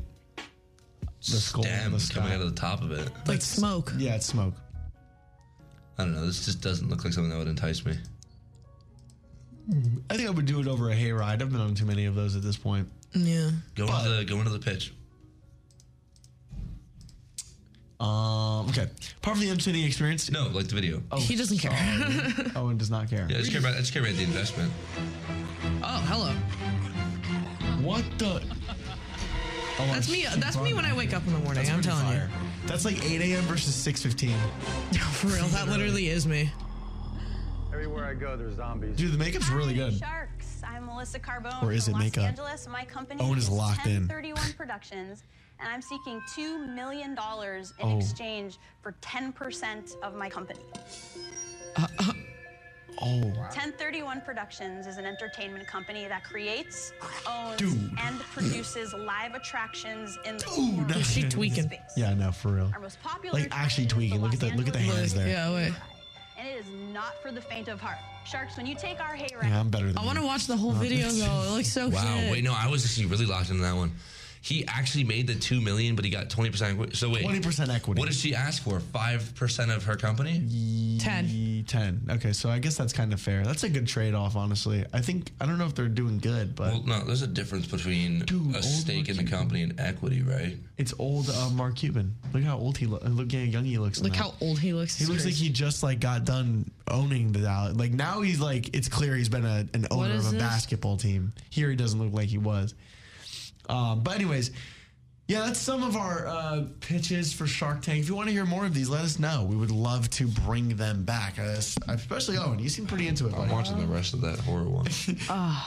Speaker 1: The skull in
Speaker 5: stem
Speaker 1: the sky.
Speaker 5: coming out of the top of it?
Speaker 1: Like smoke. Yeah, it's smoke.
Speaker 5: I don't know. This just doesn't look like something that would entice me.
Speaker 1: I think I would do it over a hayride. I've been on too many of those at this point.
Speaker 4: Yeah.
Speaker 5: Go into the go into the pitch.
Speaker 1: Um, okay. Part of the M City experience.
Speaker 5: No, like the video.
Speaker 1: Oh, he doesn't care. Owen does not care.
Speaker 5: Yeah, I just care about I just care about the investment.
Speaker 4: Oh, hello.
Speaker 1: What the? Oh,
Speaker 4: That's me. uh, That's me when I wake up in the morning. I'm telling you.
Speaker 1: you. That's like 8 a.m. versus 6:15.
Speaker 4: For real, that literally is me.
Speaker 14: Everywhere I go, there's zombies.
Speaker 1: Dude, the makeup's really good.
Speaker 15: Sharks. I'm Melissa Carbone.
Speaker 1: Or is
Speaker 15: from
Speaker 1: it
Speaker 15: Los
Speaker 1: makeup?
Speaker 15: Angeles. My company
Speaker 1: Owen is locked in.
Speaker 15: 1031 Productions, and I'm seeking two million dollars in
Speaker 1: Oh.
Speaker 15: exchange for 10% of my company.
Speaker 1: Oh.
Speaker 15: 1031 Productions is an entertainment company that creates, owns,
Speaker 1: Dude.
Speaker 15: and produces live attractions in the
Speaker 1: Dude,
Speaker 15: horror
Speaker 1: she tweaking? Yeah, no, for real.
Speaker 15: Our most popular
Speaker 1: Like actually tweaking. Look at the look at the hands there.
Speaker 4: wait.
Speaker 15: and it is not for the faint of heart. Sharks, when you take our hayride,
Speaker 1: Yeah, I'm better than Uh,
Speaker 4: I want to watch the whole video though. It looks so
Speaker 5: wow.
Speaker 4: good.
Speaker 5: Wait, no, I was actually really locked into that one. He actually made the two million, but he got twenty percent. So wait,
Speaker 1: 20% equity.
Speaker 5: What did she ask for? Five percent of her company.
Speaker 4: Ten.
Speaker 1: E- Ten. Okay, so I guess that's kind of fair. That's a good trade-off, honestly. I think I don't know if they're doing good, but
Speaker 5: Well, no, there's a difference between a stake in the company and equity, right?
Speaker 1: it's old uh, Mark Cuban. Look how old he look. Look how young he looks. in
Speaker 4: Look
Speaker 1: that.
Speaker 4: how old he looks.
Speaker 1: He
Speaker 4: It's
Speaker 1: looks like
Speaker 4: crazy.
Speaker 1: he just like got done owning the Dallas. Like now he's like it's clear he's been a, an
Speaker 4: What
Speaker 1: owner of
Speaker 4: is
Speaker 1: a
Speaker 4: this?
Speaker 1: basketball team. Here he doesn't look like he was. Um, but anyways, Yeah, that's some of our uh, pitches for Shark Tank. If you want to hear more of these, let us know. We would love to bring them back. Uh, especially Owen, you seem pretty into it. I'm
Speaker 5: watching the rest of that horror one.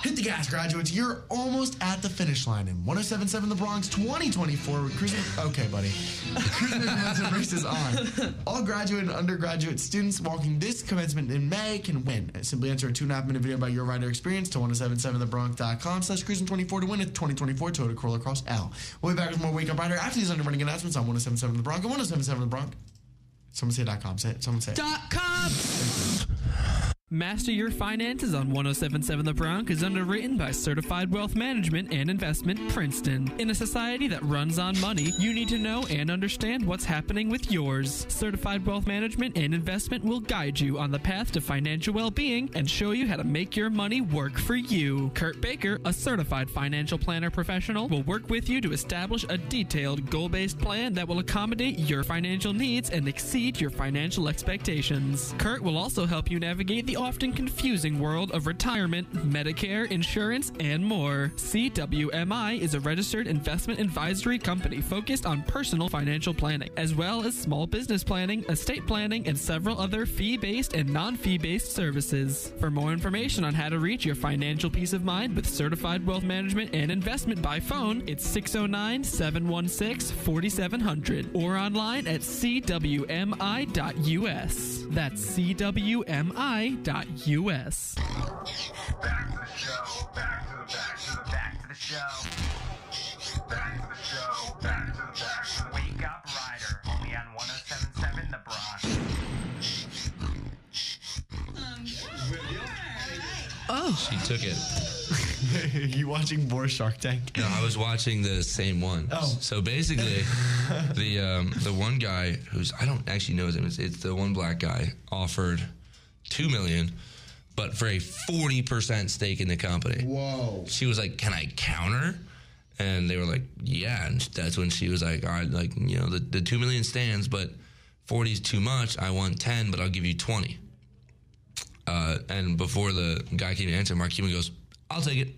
Speaker 1: Hit the gas, graduates. You're almost at the finish line in 1077 The Bronx 2024. We're cruising. Okay, buddy. Cruising commencement race is on. All graduate and undergraduate students walking this commencement in May can win. Simply enter a two and a half minute video about your rider experience to 1077thebronx.com slash cruising24 to win a 2024 Toyota Corolla Cross L. We'll be back with more Wake Up Rider after these underrunning announcements on 1077 The Bronx and 1077 The Bronx. Someone say dot com. Say it. Someone say it.
Speaker 11: Dot com. Master Your Finances on 1077 The Bronx is underwritten by Certified Wealth Management and Investment Princeton. In a society that runs on money, you need to know and understand what's happening with yours. Certified Wealth Management and Investment will guide you on the path to financial well being and show you how to make your money work for you. Kurt Baker, a certified financial planner professional, will work with you to establish a detailed goal based plan that will accommodate your financial needs and exceed your financial expectations. Kurt will also help you navigate the often confusing world of retirement, Medicare, insurance, and more. CWMI is a registered investment advisory company focused on personal financial planning, as well as small business planning, estate planning, and several other fee based and non fee based services. For more information on how to reach your financial peace of mind with certified wealth management and investment by phone, it's 609 716 4700 or online at cwmi.us. That's cwmi.us.
Speaker 16: Wake up, Rider. Only on 1077 The
Speaker 1: Oh.
Speaker 5: She took it.
Speaker 1: you watching more Shark Tank?
Speaker 5: No, I was watching the same one.
Speaker 1: Oh.
Speaker 5: So basically, the um, the one guy who's I don't actually know his name. It's, it's the one black guy offered two million, but for a forty percent stake in the company.
Speaker 1: Whoa.
Speaker 5: She was like, "Can I counter?" And they were like, "Yeah." And that's when she was like, "All right, like you know, the, the two million stands, but forty is too much. I want ten, but I'll give you 20. Uh, and before the guy came to answer, Mark Cuban goes, "I'll take it."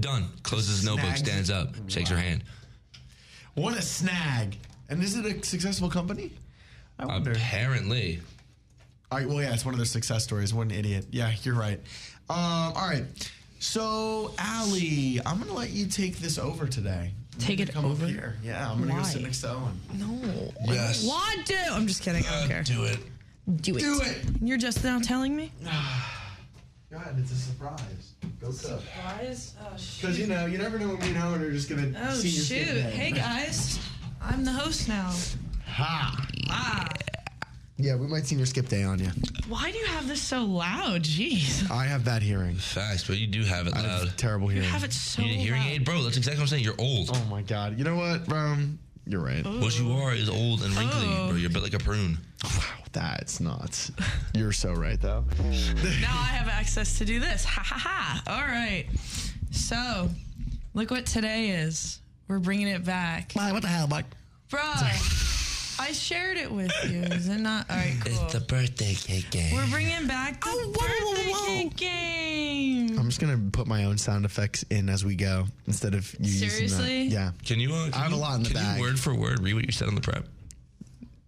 Speaker 5: Done. Closes his notebook,
Speaker 1: Snags it.
Speaker 5: stands up, shakes her hand.
Speaker 1: What a snag. And is it a successful company? I wonder.
Speaker 5: Apparently.
Speaker 1: All right. Well, yeah, it's one of their success stories. What an idiot. Yeah, you're right. Um, all right. So, Allie, I'm going to let you take this over today.
Speaker 4: Take
Speaker 1: You
Speaker 4: it
Speaker 1: come up
Speaker 4: over?
Speaker 1: here. Yeah, I'm going to go
Speaker 4: Why?
Speaker 1: sit next to Owen.
Speaker 4: No.
Speaker 1: Yes.
Speaker 4: Want to? I'm just kidding. I don't care.
Speaker 5: Uh, Do it.
Speaker 4: Do it.
Speaker 1: Do it.
Speaker 4: You're just now telling me.
Speaker 1: God, it's a surprise. Go cook.
Speaker 4: Guys, oh
Speaker 1: Because, you know, you never know when me and Owen are just going to
Speaker 4: Oh
Speaker 1: see
Speaker 4: shoot! Hey guys, I'm the host now.
Speaker 1: Ha.
Speaker 4: Ah,
Speaker 1: Yeah, we might senior skip day on you.
Speaker 4: why do you have this so loud? Jeez.
Speaker 1: I have that hearing.
Speaker 5: Facts, but you do have it loud.
Speaker 1: terrible hearing.
Speaker 4: have it so
Speaker 5: You need a hearing
Speaker 4: loud.
Speaker 5: aid, bro. That's exactly what I'm saying. You're old.
Speaker 1: Oh my god. You know what, bro? You're right.
Speaker 5: What you are is old and wrinkly,
Speaker 4: Oh.
Speaker 5: bro. You're a bit like a prune.
Speaker 1: That's nuts. You're so right, though.
Speaker 4: Now I have access to do this. Ha ha ha! All right. So, look what today is. We're bringing it back,
Speaker 1: Mike. What the hell, Mike?
Speaker 4: bro? I shared it with you. Is it not? All right, cool.
Speaker 5: birthday cake game.
Speaker 4: We're bringing back the
Speaker 5: Oh,
Speaker 4: birthday cake game.
Speaker 1: I'm just gonna put my own sound effects in as we go instead of you
Speaker 4: Seriously?
Speaker 1: using that. Yeah.
Speaker 5: Can you? Uh, can
Speaker 1: I have a
Speaker 5: you-
Speaker 1: lot in the
Speaker 5: can
Speaker 1: bag.
Speaker 5: You word for word, read what you said on the prep.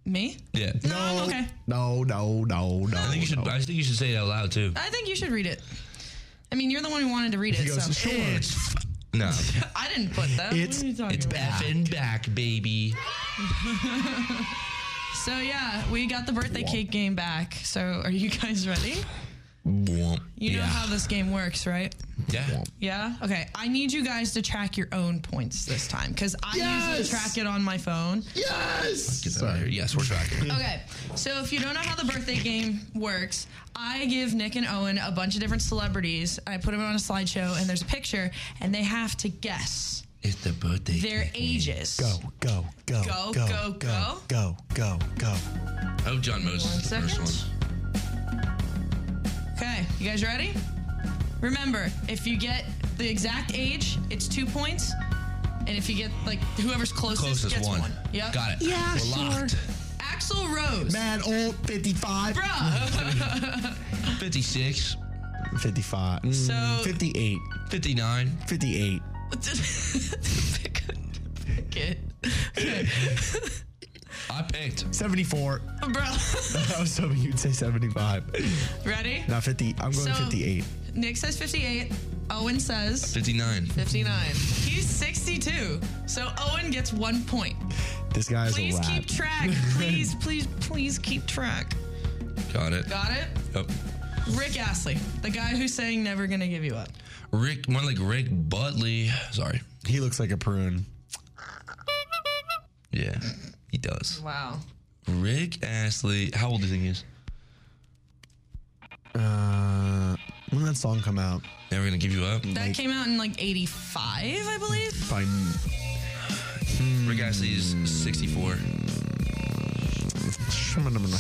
Speaker 4: Me?
Speaker 5: Yeah.
Speaker 4: No, I'm okay.
Speaker 1: No, no, no, no.
Speaker 5: I think you should. I think you should say it out loud too.
Speaker 4: I think you should read it. I mean, you're the one who wanted to read it.
Speaker 5: He goes,
Speaker 4: so.
Speaker 5: "Sure." No.
Speaker 4: I didn't put that.
Speaker 5: It's-
Speaker 4: what are you talking
Speaker 5: it's
Speaker 4: about?
Speaker 5: effing back, baby.
Speaker 4: so yeah, we got the birthday cake game back. So are you guys ready?
Speaker 5: Womp.
Speaker 4: You know how this game works, right?
Speaker 5: Yeah.
Speaker 4: Yeah. Okay. I need you guys to track your own points this time because I
Speaker 1: Yes!
Speaker 4: usually track it on my phone.
Speaker 1: Yes.
Speaker 5: Get that out of here. Yes, we're tracking.
Speaker 4: Okay, so if you don't know how the birthday game works, I give Nick and Owen a bunch of different celebrities. I put them on a slideshow, and there's a picture, and they have to guess
Speaker 5: It's the birthday.
Speaker 4: their ages.
Speaker 1: Go, go, go,
Speaker 4: Go,
Speaker 1: go,
Speaker 4: go,
Speaker 1: go, go, go, go, go.
Speaker 5: Oh, John Moses is the
Speaker 4: One
Speaker 5: first one.
Speaker 4: Okay, you guys ready? Remember, if you get the exact age, it's two points, and if you get like whoever's closest,
Speaker 5: Closest
Speaker 4: gets
Speaker 5: one.
Speaker 4: one. Yep.
Speaker 5: Got it. Yeah, We're sure. locked.
Speaker 4: Axel Rose.
Speaker 1: Mad old 55.
Speaker 4: Bruh.
Speaker 5: 56,
Speaker 1: 55. Mm,
Speaker 4: So-
Speaker 1: 58.
Speaker 5: 59.
Speaker 1: 58.
Speaker 4: Pick it.
Speaker 5: I picked
Speaker 1: 74.
Speaker 4: Bro.
Speaker 1: I was hoping you'd say 75.
Speaker 4: Ready?
Speaker 1: Not 50. I'm going
Speaker 4: So-
Speaker 1: 58.
Speaker 4: Nick says 58. Owen says
Speaker 5: 59.
Speaker 4: 59. He's 62. So Owen gets one point.
Speaker 1: This guy is
Speaker 4: Please
Speaker 1: a lad.
Speaker 4: keep track. Please, please, please keep track.
Speaker 5: Got it.
Speaker 4: Got it?
Speaker 5: Yep.
Speaker 4: Rick Astley, the guy who's saying never gonna give you up.
Speaker 5: Rick, more like Rick Butley. Sorry.
Speaker 1: He looks like a prune.
Speaker 5: Yeah, he does.
Speaker 4: Wow.
Speaker 5: Rick Astley. How old do you think he is?
Speaker 1: Uh, when did that song come out?
Speaker 5: Never gonna give you up.
Speaker 4: That came out in like 85, I believe.
Speaker 5: Rick Astley is 64.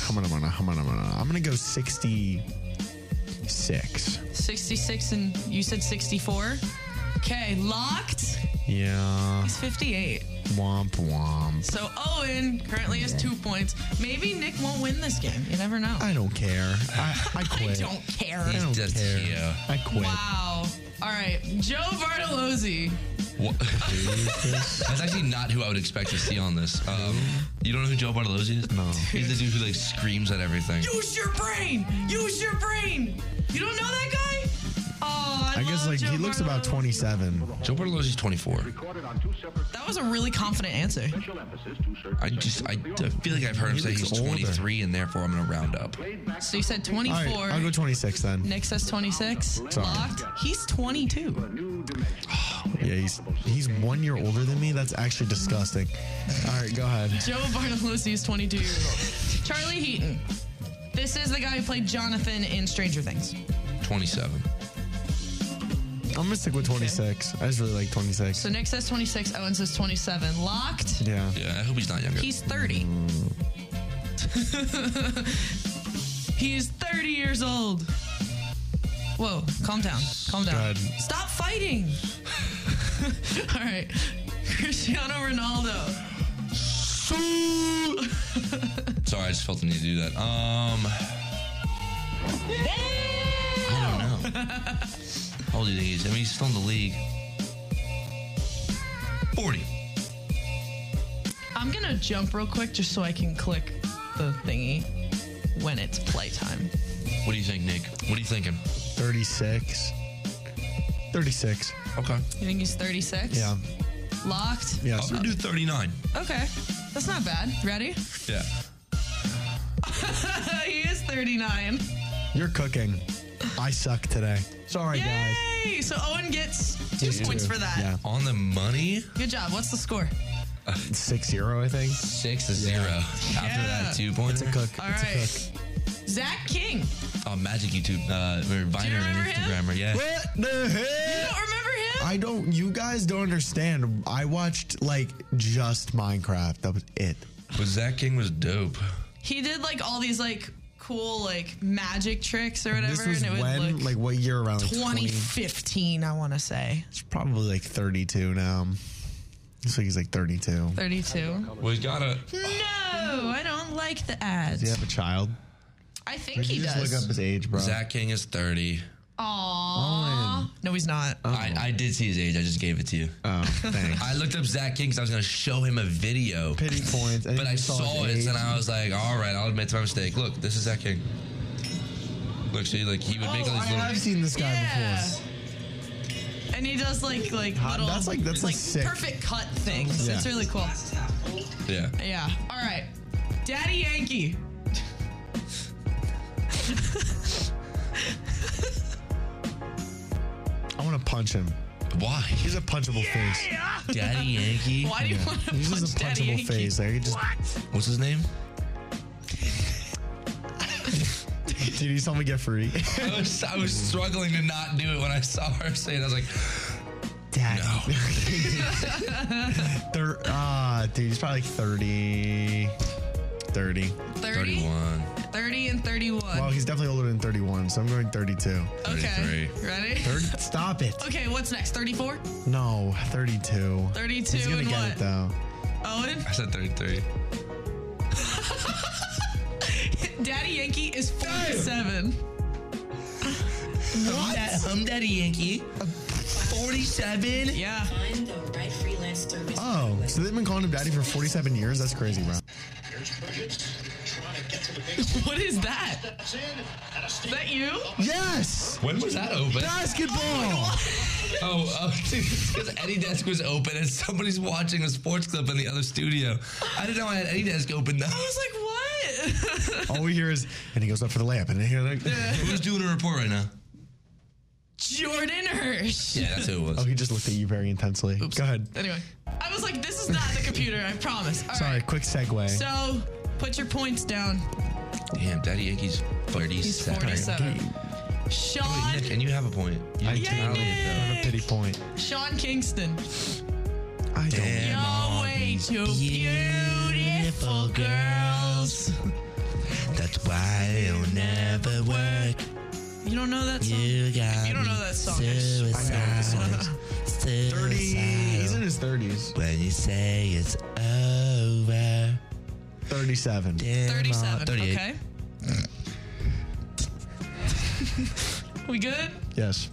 Speaker 1: I'm gonna go 66.
Speaker 4: 66 and you said 64? Okay, locked.
Speaker 1: Yeah.
Speaker 4: He's 58.
Speaker 1: Womp womp.
Speaker 4: So Owen currently has two points. Maybe Nick won't win this game. You never know.
Speaker 1: I don't care. I, I quit.
Speaker 4: don't care.
Speaker 1: I don't care. I quit.
Speaker 4: Wow. All right, Joe Bartolozzi.
Speaker 5: What? That's actually not who I would expect to see on this. Um, you don't know who Joe Bartolozzi is? No. He's the dude who like screams at everything.
Speaker 4: Use your brain. Use your brain. You don't know that guy? Oh, I,
Speaker 1: I guess
Speaker 4: love
Speaker 1: like
Speaker 4: Joe
Speaker 1: he looks about 27.
Speaker 5: Joe Bartolozzi's 24.
Speaker 4: Bartolozzi. That was a really confident answer.
Speaker 5: I just I, I feel like I've heard him
Speaker 1: He
Speaker 5: say
Speaker 1: looks
Speaker 5: he's
Speaker 1: older.
Speaker 5: 23, and therefore I'm gonna round up.
Speaker 4: So you said
Speaker 1: All
Speaker 4: 24.
Speaker 1: right, I'll go 26 then.
Speaker 4: Nick says 26.
Speaker 1: Sorry.
Speaker 4: Locked. He's 22.
Speaker 1: Yeah, he's he's one year older than me. That's actually disgusting. All right, go ahead.
Speaker 4: Joe Bartolozzi is 22 years old. Charlie Heaton. This is the guy who played Jonathan in Stranger Things.
Speaker 5: 27.
Speaker 1: I'm gonna stick with 26. I just really like 26.
Speaker 4: So Nick says 26. Owen says 27. Locked.
Speaker 1: Yeah.
Speaker 5: Yeah, I hope he's not younger.
Speaker 4: He's 30. He's 30 years old. Whoa, calm down. Calm down.
Speaker 1: God.
Speaker 4: Stop fighting. All right. Cristiano Ronaldo.
Speaker 5: Sorry, I just felt the need to do that. Um, I don't know. How old do you think he is? I mean, he's still in the league. 40.
Speaker 4: I'm going to jump real quick just so I can click the thingy when it's playtime.
Speaker 5: What do you think, Nick? What are you thinking?
Speaker 1: 36. 36.
Speaker 5: Okay.
Speaker 4: You think he's 36?
Speaker 1: Yeah.
Speaker 4: Locked?
Speaker 1: Yeah.
Speaker 5: I'm gonna do 39.
Speaker 4: Okay. That's not bad. Ready?
Speaker 5: Yeah.
Speaker 4: he is 39.
Speaker 1: You're cooking. I suck today. Sorry, guys.
Speaker 4: Hey, so Owen gets two
Speaker 1: Just
Speaker 4: points
Speaker 1: two.
Speaker 4: for that.
Speaker 1: Yeah.
Speaker 5: On the money?
Speaker 4: Good job. What's the score?
Speaker 1: Six zero, I think.
Speaker 5: Six to zero. After that, two points.
Speaker 1: It's a cook.
Speaker 4: All
Speaker 1: it's
Speaker 4: right.
Speaker 1: a cook.
Speaker 4: Zach King.
Speaker 5: Oh, Magic YouTube, uh, or Viner
Speaker 4: remember
Speaker 5: and
Speaker 4: him?
Speaker 5: Instagrammer. Yeah.
Speaker 1: What the
Speaker 4: You
Speaker 1: heck?
Speaker 4: don't remember him?
Speaker 1: I don't. You guys don't understand. I watched like just Minecraft. That was it.
Speaker 5: But Zach King was dope.
Speaker 4: He did like all these like cool like magic tricks or whatever,
Speaker 1: this was
Speaker 4: and it would
Speaker 1: when,
Speaker 4: look
Speaker 1: like, what year around? Like 20.
Speaker 4: 2015, I want to say
Speaker 1: It's probably like 32 now. Looks like he's like 32. Do
Speaker 4: 32.
Speaker 5: We gotta.
Speaker 4: No, I don't like the ads.
Speaker 1: you have a child?
Speaker 4: I think he
Speaker 1: just look up
Speaker 4: does.
Speaker 1: his age, bro.
Speaker 5: Zach King is 30.
Speaker 4: Aww. No, he's not.
Speaker 5: I, I did see his age. I just gave it to you.
Speaker 1: Oh, thanks.
Speaker 5: I looked up Zach King because I was going to show him a video.
Speaker 1: Pity points. and
Speaker 5: But
Speaker 1: you
Speaker 5: I saw
Speaker 1: his
Speaker 5: it
Speaker 1: age.
Speaker 5: and I was like, all right, I'll admit to my mistake. Look, this is Zach King. Look, see, like he would make all
Speaker 1: I
Speaker 5: these
Speaker 1: have
Speaker 5: little.
Speaker 1: seen this guy
Speaker 4: Yeah.
Speaker 1: before.
Speaker 4: And he does like like
Speaker 1: Huh,
Speaker 4: little
Speaker 1: that's like- that's a sick-
Speaker 4: perfect cut things.
Speaker 1: Yeah.
Speaker 4: It's really cool.
Speaker 5: Yeah.
Speaker 4: Yeah. All right, Daddy Yankee.
Speaker 1: I want to punch him.
Speaker 5: Why?
Speaker 1: He's a punchable face.
Speaker 5: Daddy Yankee.
Speaker 4: Why do you want to
Speaker 1: He's
Speaker 4: punch
Speaker 1: just a
Speaker 4: Daddy
Speaker 1: punchable
Speaker 4: Yankee?
Speaker 1: face. Like, he just,
Speaker 5: What's his name?
Speaker 1: dude, you saw me get free.
Speaker 5: I was, I was struggling to not do it when I saw her say it. I was like,
Speaker 1: Dad.
Speaker 5: no.
Speaker 1: Thir- ah, dude, he's probably like 30. 30.
Speaker 4: 30,
Speaker 5: 31,
Speaker 4: 30 and 31.
Speaker 1: Well, he's definitely older than 31, so I'm going 32.
Speaker 4: Okay. Ready?
Speaker 1: 30, stop it.
Speaker 4: Okay, what's next? 34?
Speaker 1: No, 32.
Speaker 4: 32
Speaker 1: He's gonna
Speaker 4: and
Speaker 1: get
Speaker 4: what?
Speaker 1: it though.
Speaker 4: Owen?
Speaker 5: I said 33.
Speaker 4: Daddy Yankee is 47.
Speaker 5: What? I'm Daddy Yankee. 47?
Speaker 4: Yeah.
Speaker 17: Find the right freelancer
Speaker 1: Oh, so they've been calling him daddy for 47 years? That's crazy, bro.
Speaker 4: what is that? Is that you?
Speaker 1: Yes.
Speaker 5: When was that open?
Speaker 1: Basketball.
Speaker 5: Oh, because Eddie Desk was open and somebody's watching a sports clip in the other studio. I didn't know I had Eddie Desk open though.
Speaker 4: I was like, what?
Speaker 1: All we hear is, and he goes up for the layup, and then hear like,
Speaker 5: who's doing a report right now?
Speaker 4: Jordan Hirsch.
Speaker 5: Yeah, that's who it was.
Speaker 1: Oh, he just looked at you very intensely. Go ahead.
Speaker 4: Anyway, I was like, this is not the computer, I promise. All right.
Speaker 1: Sorry, quick segue.
Speaker 4: So, put your points down.
Speaker 5: Damn, Daddy Yankee's 47.
Speaker 4: He's 47.
Speaker 5: Wait,
Speaker 4: Sean,
Speaker 5: Nick, and you have a point. You
Speaker 1: I do.
Speaker 5: tally it, though.
Speaker 1: have a pity point.
Speaker 4: Sean Kingston.
Speaker 1: I don't.
Speaker 4: You're way too beautiful, girls.
Speaker 5: That's why it'll never work.
Speaker 4: You don't know that song?
Speaker 5: You got
Speaker 4: you don't know
Speaker 5: me
Speaker 4: that song, I just- I know
Speaker 5: suicidal,
Speaker 1: Thirty. He's in his 30s.
Speaker 5: When you say it's over.
Speaker 1: 37.
Speaker 4: 37. Okay. we good?
Speaker 1: Yes.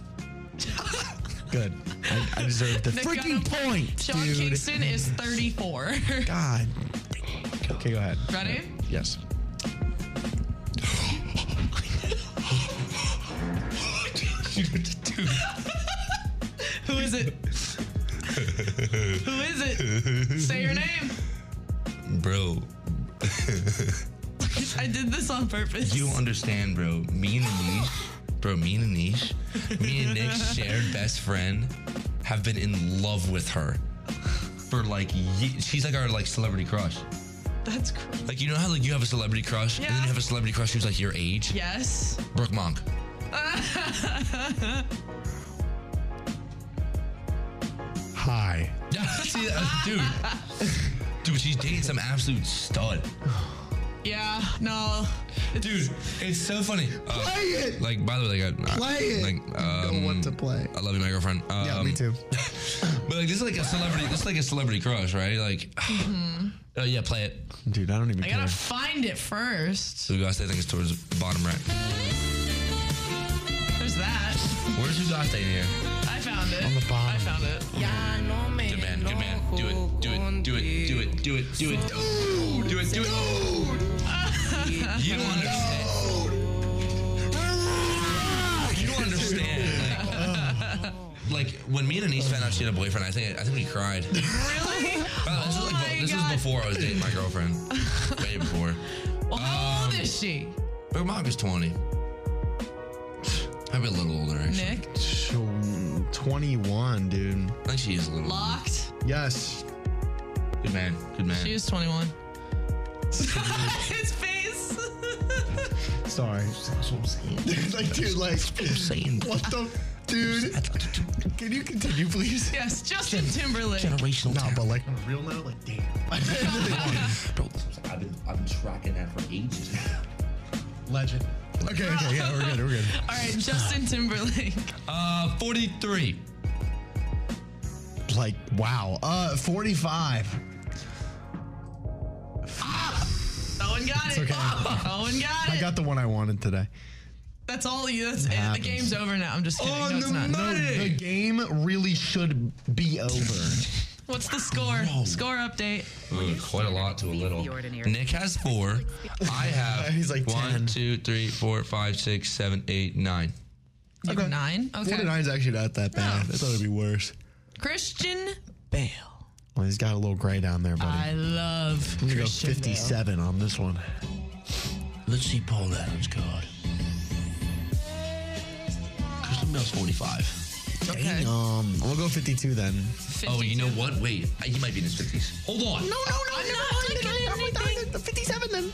Speaker 1: Good. I, I deserve the
Speaker 4: Nick got
Speaker 1: freaking
Speaker 4: him.
Speaker 1: point,
Speaker 4: Sean
Speaker 1: dude.
Speaker 4: Kingston is 34.
Speaker 1: God. Okay, go ahead.
Speaker 4: Ready?
Speaker 1: Yes.
Speaker 4: Who is it? Who is it? Say your name.
Speaker 5: Bro,
Speaker 4: I did this on purpose.
Speaker 5: you don't understand, bro. Me and Anish, bro, me and Anish, me and Nick's shared best friend have been in love with her for like, ye- she's like our like celebrity crush.
Speaker 4: That's crazy.
Speaker 5: Like, you know how like you have a celebrity crush and then you have a celebrity crush who's like your age?
Speaker 4: Yes.
Speaker 5: Brooke Monk.
Speaker 1: Hi.
Speaker 5: See, uh, dude. Dude, she's dating some absolute stud.
Speaker 4: yeah. No.
Speaker 5: Dude, it's so funny. Uh,
Speaker 1: Play it.
Speaker 5: Like, by the way, like, I,
Speaker 1: Play it.
Speaker 5: Like, um,
Speaker 1: Don't want to play.
Speaker 5: I love you, my girlfriend. Um,
Speaker 1: Yeah, me too.
Speaker 5: But like, this is like a celebrity. This is like a celebrity crush, right? Like,
Speaker 4: Mm-hmm.
Speaker 5: oh yeah, play it.
Speaker 1: Dude, I don't even
Speaker 4: I gotta find it first.
Speaker 5: Ugaste, I think it's towards the bottom rack.
Speaker 4: There's that.
Speaker 5: Where's Ugaste in here?
Speaker 4: I found it.
Speaker 5: On the bottom.
Speaker 4: I found it. Yeah, no me.
Speaker 5: Good man, good man. Do it, do it, do it, do it, do it, do it, do it, do it. You don't understand. You don't understand. Like, like when me and Anise found out she had a boyfriend, I think I think we cried.
Speaker 4: Really?
Speaker 5: By the way, this
Speaker 4: oh
Speaker 5: is
Speaker 4: my
Speaker 5: like this
Speaker 4: god.
Speaker 5: was before I was dating my girlfriend. Way before. Um,
Speaker 4: Well, how old is she?
Speaker 5: But mom is twenty. I'd be a little older. Actually.
Speaker 4: Nick?
Speaker 1: Tw- 21, dude.
Speaker 5: I think she is a little.
Speaker 4: Locked?
Speaker 1: Yes.
Speaker 5: Good man. Good man.
Speaker 4: She is 21. His face.
Speaker 1: Sorry. That's what I'm saying. like, dude, like, what the, dude? Can you continue, please?
Speaker 4: yes, Justin Timberlake.
Speaker 5: Generational.
Speaker 1: No, but like, on a real note, like, damn.
Speaker 5: I've been I've been tracking that for ages.
Speaker 1: Legend. Okay, okay, yeah, we're good, we're good.
Speaker 4: All right, Justin Timberlake.
Speaker 5: Uh, forty-three.
Speaker 1: Like, wow. Uh, 45.
Speaker 4: No one got
Speaker 1: It's okay.
Speaker 4: it. No one got
Speaker 1: I
Speaker 4: it.
Speaker 1: got the one I wanted today.
Speaker 4: That's all you. That's
Speaker 1: It
Speaker 4: it. The
Speaker 1: happens.
Speaker 4: game's over now. I'm just kidding. no, it's not.
Speaker 1: No, the game really should be over.
Speaker 4: What's the score? Score update.
Speaker 5: Ooh, quite a lot to a little. Nick has four. I have. He's like one, two, three, four, five, six, seven, eight, nine.
Speaker 4: You have nine. Okay.
Speaker 1: 49's actually not that bad. I thought it'd be worse.
Speaker 4: Christian.
Speaker 1: Well, he's got a little gray down there, buddy.
Speaker 4: I love.
Speaker 1: I'm gonna
Speaker 4: Christian
Speaker 1: go
Speaker 4: Bale.
Speaker 1: 57 on this one.
Speaker 5: Let's see Paul Adams' card. Crystal Bell's 45.
Speaker 1: Damn. Um, we'll go 52 then.
Speaker 5: Oh, you know what? Wait, I- he might be in his 50s. Hold on.
Speaker 1: no,
Speaker 4: I'm not taking anything.
Speaker 1: The 57 then.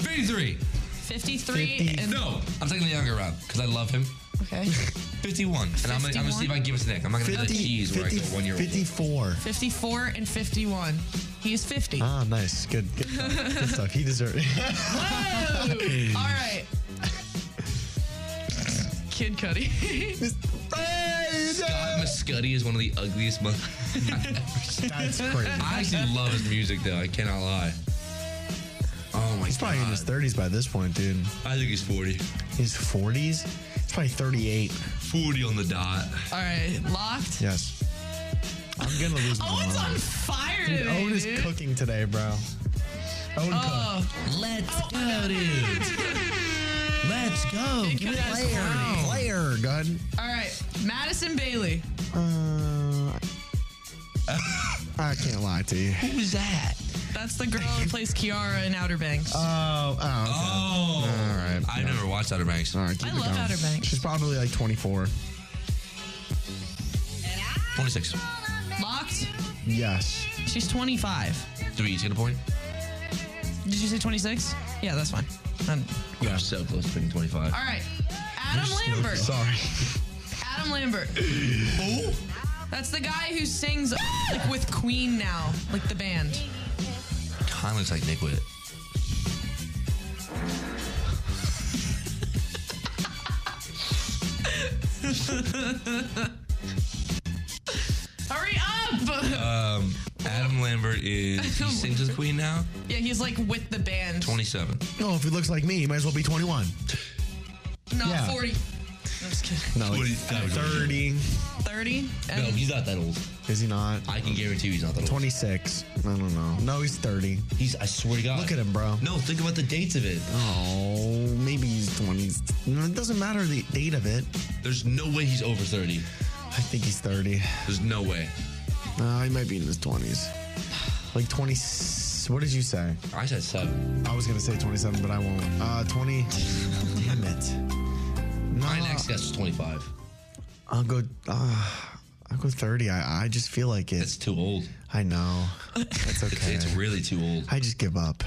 Speaker 5: 53.
Speaker 4: 53 and
Speaker 5: No, I'm taking the younger route because I love him.
Speaker 4: okay.
Speaker 5: 51. And I'm gonna, I'm gonna see if I can give it to Nick. I'm not gonna
Speaker 1: 50,
Speaker 5: do the cheese where I go one year old.
Speaker 1: 54.
Speaker 4: 54 and 51. He is 50.
Speaker 1: Ah, nice. Good. Good stuff. Good stuff. He deserved it.
Speaker 4: Whoa! All right. Kid Cudi.
Speaker 5: Scott Muscuddy is one of the ugliest motherfuckers.
Speaker 1: That's crazy.
Speaker 5: I actually love his music though. I cannot lie. Oh my
Speaker 1: He's
Speaker 5: god.
Speaker 1: probably in his 30s by this point, dude.
Speaker 5: I think he's 40.
Speaker 1: His 40s? probably 38.
Speaker 5: 40 on the dot.
Speaker 4: All right, locked.
Speaker 1: Yes. I'm gonna lose my
Speaker 4: Owen's
Speaker 1: mind.
Speaker 4: on fire
Speaker 1: Dude,
Speaker 4: today,
Speaker 1: Owen is
Speaker 4: dude.
Speaker 1: cooking today, bro. Owen
Speaker 4: Oh,
Speaker 1: let's
Speaker 4: go,
Speaker 1: dude. Let's go.
Speaker 4: Give me that crown.
Speaker 1: Player, gun.
Speaker 4: All right, Madison Bailey.
Speaker 1: Uh, I can't lie to you.
Speaker 4: Who was that? That's the girl who plays Kiara in Outer Banks.
Speaker 1: Oh, oh, okay.
Speaker 5: Oh.
Speaker 1: All right.
Speaker 5: I never watched Outer Banks.
Speaker 1: All right, keep
Speaker 4: I
Speaker 1: it
Speaker 4: love
Speaker 1: going.
Speaker 4: Outer Banks.
Speaker 1: She's probably like 24.
Speaker 5: 26.
Speaker 4: Locked.
Speaker 1: Yes.
Speaker 4: She's 25.
Speaker 5: Do we each get a point?
Speaker 4: Did you say 26? Yeah, that's fine. Um,
Speaker 5: Yeah. I'm so close to picking 25.
Speaker 4: All right, Adam Lambert.
Speaker 1: Sorry.
Speaker 4: Adam Lambert. Who? That's the guy who sings like with Queen now, like the band.
Speaker 5: Kind of looks like Nick Wit.
Speaker 4: Hurry up!
Speaker 1: Uh,
Speaker 5: Um, Adam Lambert is. He sings as Queen now?
Speaker 4: yeah, he's like with the band.
Speaker 5: 27.
Speaker 1: No, if he looks like me, he might as well be 21.
Speaker 4: No,
Speaker 1: Yeah.
Speaker 4: 40. I'm just kidding.
Speaker 1: No, like 30.
Speaker 4: 30?
Speaker 5: No, he's not that old.
Speaker 1: Is he not?
Speaker 5: I can guarantee he's not that old.
Speaker 1: 26. I don't know. No, he's 30.
Speaker 5: He's. I swear to God.
Speaker 1: Look at him, bro.
Speaker 5: No, think about the dates of it.
Speaker 1: Oh, maybe he's 20. No, it doesn't matter the date of it.
Speaker 5: There's no way he's over 30.
Speaker 1: I think he's 30.
Speaker 5: There's no way.
Speaker 1: No, he might be in his 20s. Like 20. What did you say?
Speaker 5: I said seven.
Speaker 1: I was going to say 27, but I won't. Uh, 20. Damn it. No,
Speaker 5: My next guess is 25.
Speaker 1: I'll go. Uh, I'll go 30. I, I just feel like it.
Speaker 5: It's too old.
Speaker 1: I know. That's
Speaker 5: It's,
Speaker 1: okay.
Speaker 5: it's really too old.
Speaker 1: I just give up.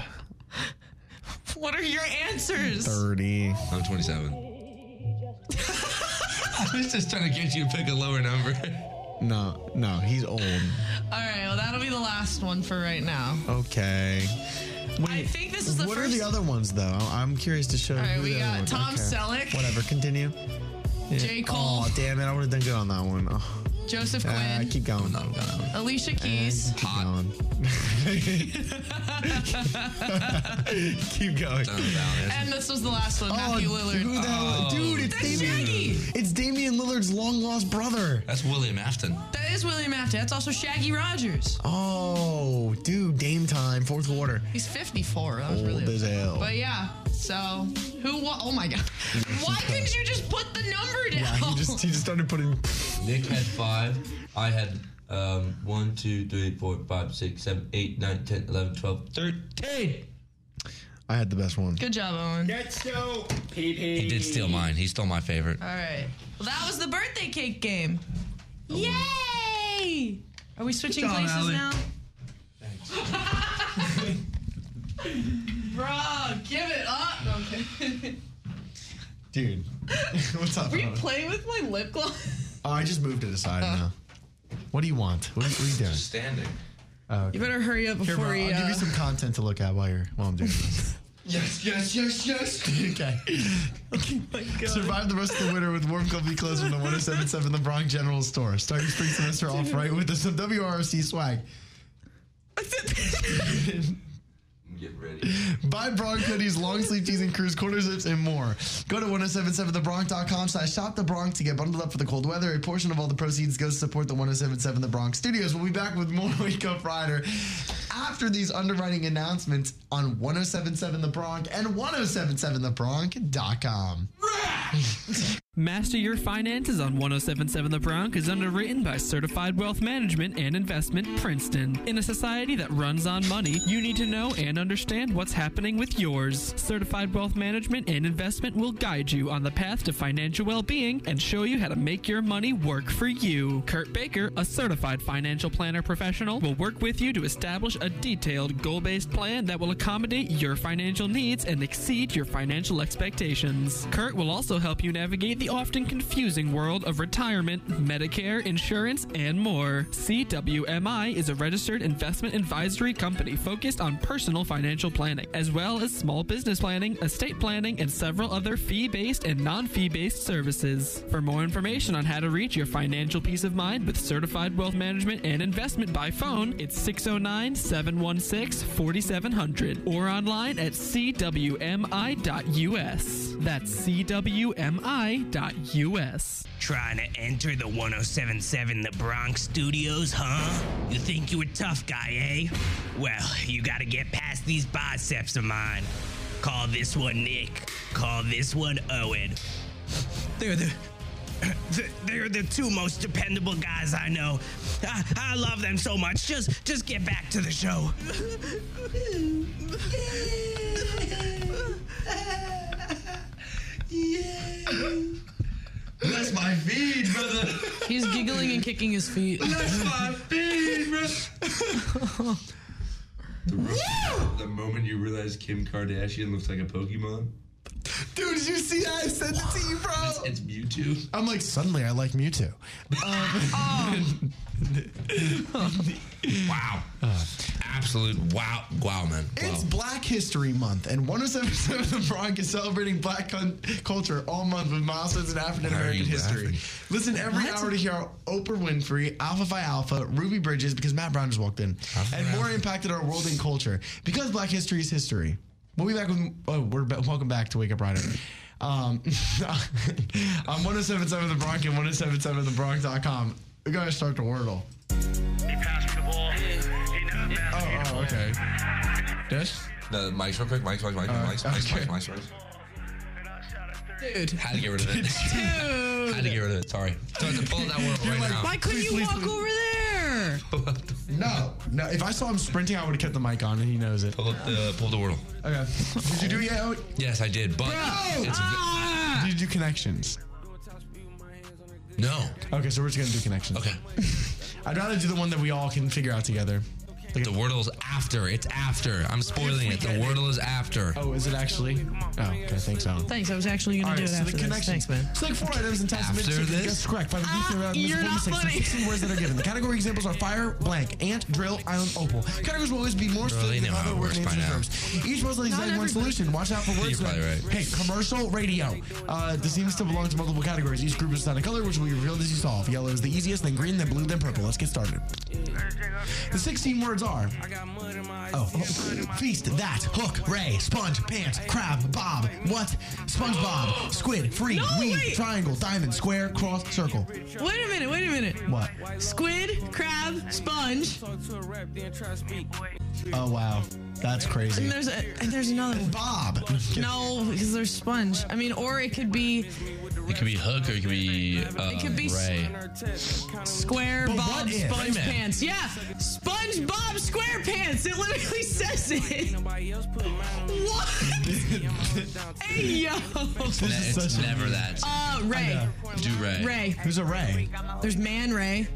Speaker 4: What are your answers?
Speaker 1: 30.
Speaker 5: I'm 27. I was just trying to get you to pick a lower number.
Speaker 1: No, no, he's old.
Speaker 4: All right, well, that'll be the last one for right now.
Speaker 1: Okay.
Speaker 4: I think this is the
Speaker 1: what
Speaker 4: first.
Speaker 1: are the other ones though? I'm curious to show.
Speaker 4: All right,
Speaker 1: who
Speaker 4: we
Speaker 1: the other
Speaker 4: got Tom
Speaker 1: ones-
Speaker 4: Selleck.
Speaker 1: Whatever. Continue. Yeah.
Speaker 4: J. Cole.
Speaker 1: Oh damn it! I would have done good on that one. Oh.
Speaker 4: Joseph
Speaker 1: Ah,
Speaker 4: Quinn.
Speaker 1: keep going.
Speaker 5: I'm gonna.
Speaker 4: Alicia Keys.
Speaker 1: Keep going. keep going.
Speaker 5: I'm about it.
Speaker 4: And this was the last one, Matthew Lillard.
Speaker 1: Who the hell?
Speaker 5: Oh.
Speaker 1: Oh, Dude, it's
Speaker 4: That's
Speaker 1: Damian.
Speaker 4: Shaggy.
Speaker 1: It's Damian Lillard's long lost brother.
Speaker 5: That's William Afton.
Speaker 4: That is William Afton. That's also Shaggy Rogers.
Speaker 1: Oh, dude, Dame time, fourth quarter.
Speaker 4: He's 54. That was
Speaker 1: Old
Speaker 4: really.
Speaker 1: as hell.
Speaker 4: But yeah, so who? Wa- oh my god! Why couldn't you just put the number down?
Speaker 1: Yeah, he just he just started putting.
Speaker 5: Nick had five. I had um, one, two, three, four, five, six, seven, eight, nine, ten, eleven, twelve, thirteen.
Speaker 1: I had the best one.
Speaker 4: Good job, Owen. All
Speaker 13: so PP.
Speaker 5: He did steal mine. He stole my favorite.
Speaker 4: right. Well, that was the birthday cake game. Yay! Are we switching
Speaker 5: job,
Speaker 4: places
Speaker 5: Allie.
Speaker 4: now? Bro, give it up. No, I'm kidding.
Speaker 1: Dude, what's up?
Speaker 4: Were you
Speaker 1: Owen?
Speaker 4: playing with my lip gloss?
Speaker 1: Oh, I just moved it aside now. What do you want? What are, what are you doing?
Speaker 5: Standing.
Speaker 1: Oh, okay.
Speaker 4: You better hurry up
Speaker 1: Here, bro,
Speaker 4: before
Speaker 1: I'll
Speaker 4: you.
Speaker 1: give
Speaker 4: Uh,
Speaker 1: you some content to look at while you're while I'm doing this.
Speaker 5: Yes, yes, yes, yes. Oh
Speaker 1: okay. Survive the rest of the winter with warm, comfy clothes from the 1077 The Bronx General Store. Start your spring semester off right with some WRC swag.
Speaker 5: Get ready.
Speaker 1: Buy Bronx hoodies, long sleeve tees and crews, quarter zips, and more. Go to 1077thebronx.com slash shop the Bronx to get bundled up for the cold weather. A portion of all the proceeds goes to support the 1077 The Bronx studios. We'll be back with more Wake Up Rider after these underwriting announcements on 1077 The Bronx and 1077thebronx.com.
Speaker 11: Master Your Finances on 1077 The Bronx is underwritten by Certified Wealth Management and Investment Princeton. In a society that runs on money, you need to know and understand what's happening with yours. Certified Wealth Management and Investment will guide you on the path to financial well being and show you how to make your money work for you. Kurt Baker, a certified financial planner professional, will work with you to establish a detailed goal based plan that will accommodate your financial needs and exceed your financial expectations. Kurt will also help you navigate the often confusing world of retirement, Medicare, insurance, and more. CWMI is a registered investment advisory company focused on personal financial planning, as well as small business planning, estate planning, and several other fee based and non fee based services. For more information on how to reach your financial peace of mind with certified wealth management and investment by phone, it's 609 716 4700 or online at cwmi.us. That's cwmi Inc.us.
Speaker 18: Trying to enter the 1077 The Bronx studios, huh? You think you a tough guy, eh? Well, you gotta get past these biceps of mine. Call this one Nick. Call this one Owen. They're the. th- They're the two most dependable guys I know. I, I love them so much. Just just get back to the show.
Speaker 4: That's my feet, brother. He's giggling and kicking his feet.
Speaker 5: That's my feet, bro. the moment you realize Kim Kardashian looks like a Pokemon.
Speaker 1: Dude, did you see that? I sent it to you, bro.
Speaker 5: It's, it's Mewtwo.
Speaker 1: I'm like, suddenly I like Mewtwo. Um,
Speaker 5: wow. Absolute wow. Wow, man.
Speaker 1: It's Black History Month, and 1077 The Bronx is celebrating black con- culture all month with milestones in African
Speaker 5: Why are
Speaker 1: American
Speaker 5: you
Speaker 1: history.
Speaker 5: laughing?
Speaker 1: Listen every
Speaker 5: What?
Speaker 1: hour to hear Oprah Winfrey, Alpha Phi Alpha, Ruby Bridges, because Matt Brown just walked in, and more impacted our world and culture because Black history is history. We'll be back with, oh, we're ba- welcome back to Wake Up Rider. Um, on 1077 The Bronx and 1077TheBronx.com. We're going to start the Wordle. Oh, oh, okay. Yes?
Speaker 5: No, mics real quick. Mics, mics, mics, mics, mics, mics, mics,
Speaker 4: Dude.
Speaker 5: Had to get rid of it. Had to get rid of it. Sorry. So I have to pull that world right now.
Speaker 4: Why couldn't you walk over there?
Speaker 1: No, no. If I saw him sprinting, I would have kept the mic on, and he knows it.
Speaker 5: Pull up the uh, pull the wordle.
Speaker 1: Okay. Did you do it yet? Owen?
Speaker 5: Yes, I did. But it's
Speaker 1: Did you do connections?
Speaker 5: No.
Speaker 1: Okay, so we're just gonna do connections.
Speaker 5: Okay.
Speaker 1: I'd rather do the one that we all can figure out together.
Speaker 5: the wordle's after. It's after. I'm spoiling it. The wordle is after.
Speaker 1: Oh, is it actually? Oh, okay. Thanks, Owen.
Speaker 4: Thanks. I was actually
Speaker 1: All
Speaker 4: going to
Speaker 1: right,
Speaker 4: do it
Speaker 1: so
Speaker 4: after
Speaker 1: the
Speaker 4: this.
Speaker 1: connections.
Speaker 4: Thanks, man. Ah,
Speaker 1: It's like four items and tests.
Speaker 5: After this?
Speaker 1: Yes, correct. By the least amount of
Speaker 4: you're
Speaker 1: miscible mistakes,
Speaker 4: not
Speaker 1: the
Speaker 4: funny.
Speaker 1: 16 words that are given. The categories examples are fire, blank, ant, drill, island, opal. Categories will always be more
Speaker 5: Bro, they
Speaker 1: specific than
Speaker 5: know how
Speaker 1: other
Speaker 5: it
Speaker 1: words
Speaker 5: works
Speaker 1: and
Speaker 5: by
Speaker 1: answer
Speaker 5: now.
Speaker 1: terms. Each was at least like one solution. Watch out for words.
Speaker 5: You're probably
Speaker 1: that-
Speaker 5: right.
Speaker 1: Hey, commercial radio. Uh, this seems to belong to multiple categories. Each group is assigned a color, which will be revealed as you solve. Yellow is the easiest, then green, then blue, then purple. Let's get started. The 16 words are Oh, oh. feast, that, hook, ray, sponge, pants, crab, bob, what, SpongeBob, squid, free, weed, triangle, diamond, square, cross, circle.
Speaker 4: Wait a minute. Wait a minute.
Speaker 1: What?
Speaker 4: Squid, crab, sponge.
Speaker 1: Oh wow, that's crazy.
Speaker 4: And there's a, and there's another
Speaker 1: Bob.
Speaker 4: No, because there's sponge. I mean, or it could be
Speaker 5: It could be hook or it could be. Uh,
Speaker 4: could be s-
Speaker 5: Ray.
Speaker 4: square
Speaker 5: But what
Speaker 4: Bob
Speaker 5: if- Wait a
Speaker 4: sponge
Speaker 5: minute.
Speaker 4: pants. Yeah, sponge Bob SquarePants. It literally says it. What? hey yo.
Speaker 5: Ne- it's never that.
Speaker 4: Uh, Ray.
Speaker 5: Do Ray.
Speaker 4: Ray.
Speaker 1: Who's a Ray?
Speaker 4: There's Man Ray.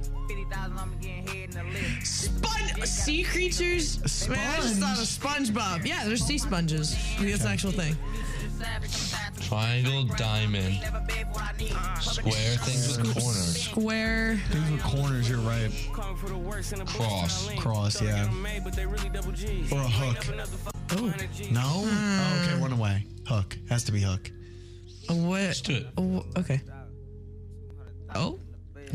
Speaker 4: Sponge sea creatures. Man, I just thought of SpongeBob. Yeah, there's sea sponges. I think That's an actual thing.
Speaker 5: Triangle, diamond, square things with corners,
Speaker 4: Square.
Speaker 1: Things with corners. You're right.
Speaker 5: cross.
Speaker 1: Cross, yeah. Or a hook. Oh no. Oh, okay, one away. Hook has to be hook.
Speaker 4: A What?
Speaker 5: do it.
Speaker 4: Oh, okay. Oh,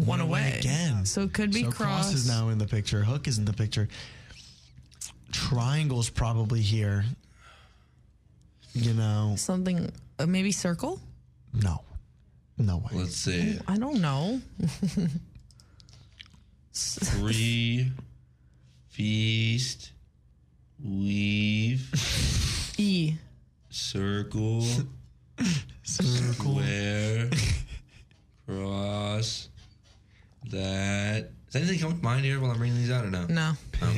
Speaker 4: one away
Speaker 1: again.
Speaker 4: So it could be
Speaker 1: so
Speaker 4: cross.
Speaker 1: is now in the picture. Hook is in the picture. Triangle's probably here. You know,
Speaker 4: Something, uh, maybe circle.
Speaker 1: no, no way.
Speaker 5: Let's see.
Speaker 4: I don't know.
Speaker 5: Three, feast, weave,
Speaker 4: E.
Speaker 5: circle,
Speaker 1: circle,
Speaker 5: square, cross, that. Does anything come to mind here while I'm reading these out or no?
Speaker 4: No.
Speaker 5: No.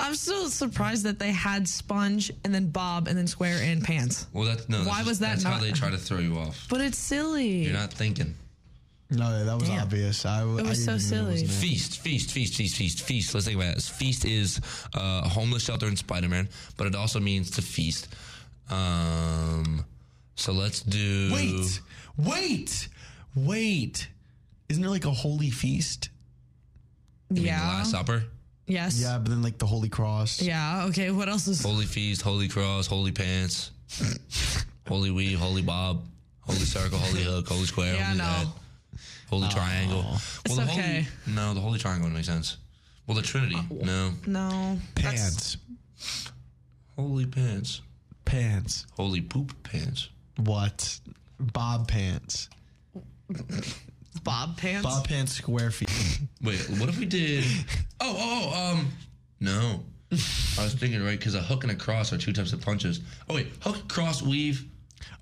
Speaker 4: I'm still surprised that they had sponge and then Bob and then square and pants.
Speaker 5: Well, that's no. that's
Speaker 4: Why
Speaker 5: just-
Speaker 4: was that
Speaker 5: That's how
Speaker 4: not-
Speaker 5: they try to throw you off.
Speaker 4: But it's silly.
Speaker 5: You're not thinking.
Speaker 1: No, that was obvious. I w-
Speaker 4: It was
Speaker 1: I even
Speaker 4: so
Speaker 1: knew
Speaker 4: silly.
Speaker 1: wasn't it.
Speaker 5: Feast, feast, feast, feast, feast, feast. Let's think about this. Feast is uh, a homeless shelter in Spider Man, but it also means to feast. Um, so let's do.
Speaker 1: Wait, wait, wait. Isn't there like a holy feast?
Speaker 5: The
Speaker 4: yeah.
Speaker 5: Last Supper.
Speaker 4: Yes.
Speaker 1: Yeah, but then like the Holy Cross.
Speaker 4: Yeah. Okay. What else is?
Speaker 5: Holy feast, holy cross, holy pants, holy weave, holy bob, holy circle, holy hook, holy square,
Speaker 4: Yeah,
Speaker 5: holy
Speaker 4: no.
Speaker 5: that, holy triangle.
Speaker 4: It's
Speaker 5: the
Speaker 4: okay.
Speaker 5: Holy, no, the holy triangle would make sense. Well, the Trinity. no.
Speaker 4: No.
Speaker 1: Pants.
Speaker 5: Holy pants.
Speaker 1: Pants.
Speaker 5: Holy poop pants.
Speaker 1: What? Bob Pants.
Speaker 4: Bob Pants?
Speaker 1: Bob Pants Square Feet.
Speaker 5: Wait, what if we did? Oh, oh, oh, um, no. I was thinking right because a hook and a cross are two types of punches. Oh wait, hook, cross, weave.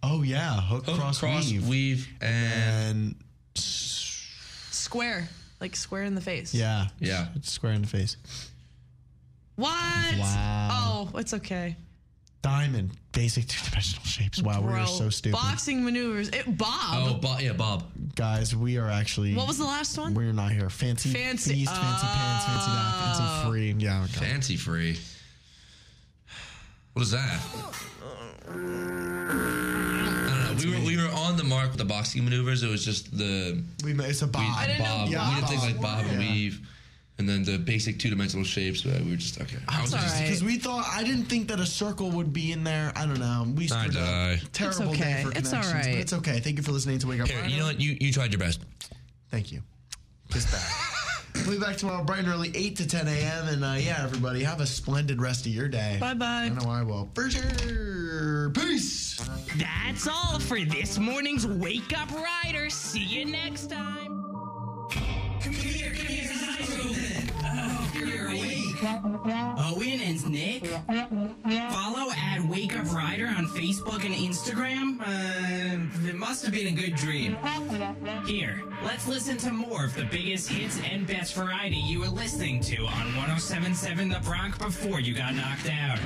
Speaker 1: Oh yeah, hook,
Speaker 5: Hook,
Speaker 1: cross,
Speaker 5: cross,
Speaker 1: weave.
Speaker 5: weave,
Speaker 1: and
Speaker 4: Square. Like square in the face.
Speaker 1: yeah,
Speaker 5: yeah,
Speaker 1: it's square in the face.
Speaker 4: What?
Speaker 1: Wow.
Speaker 4: Oh, it's okay.
Speaker 1: Diamond, basic two-dimensional shapes. Wow,
Speaker 4: Bro,
Speaker 1: we're so stupid.
Speaker 4: Boxing maneuvers. It, Bob.
Speaker 5: Oh, Bob, yeah, Bob.
Speaker 1: Guys, we are actually.
Speaker 4: What was the last one?
Speaker 1: We're not here. Fancy,
Speaker 4: Fancy- Oh.
Speaker 1: feast, fancy pants, fancy that, fancy free. Yeah, okay.
Speaker 5: fancy free. What is that? I don't know. We were, we were on the mark with the boxing maneuvers. It was just the
Speaker 1: We made it's a bob.
Speaker 5: we, Bob.
Speaker 1: Yeah,
Speaker 5: we did things like Bob and
Speaker 1: Yeah.
Speaker 5: Weave, and then the basic two-dimensional shapes. But we were just okay. I was just
Speaker 1: Because we thought I didn't think that a circle would be in there. I don't know. We
Speaker 5: I
Speaker 1: screwed up.
Speaker 5: die.
Speaker 1: Terrible
Speaker 4: It's
Speaker 1: day
Speaker 4: okay.
Speaker 1: for
Speaker 4: It's
Speaker 1: connections,
Speaker 4: all right.
Speaker 1: but it's okay. Thank you for listening to Wake Up.
Speaker 5: Here,
Speaker 1: Ryan.
Speaker 5: you know what? You you tried your best.
Speaker 1: Thank you. Kiss back. we'll be back tomorrow bright and early, 8 to 10 a.m. And uh, yeah, everybody, have a splendid rest of your day.
Speaker 4: Bye-bye.
Speaker 1: I know I will. For sure. Peace.
Speaker 3: That's all for this morning's Wake Up Rider. See you next time.
Speaker 18: Owen and Nick.
Speaker 3: Follow at Wake Up Rider on Facebook and Instagram. Uh, it must have been a good dream. Here, let's listen to more of the biggest hits and best oh variety you were listening to on 1077 The Bronx before you got knocked out.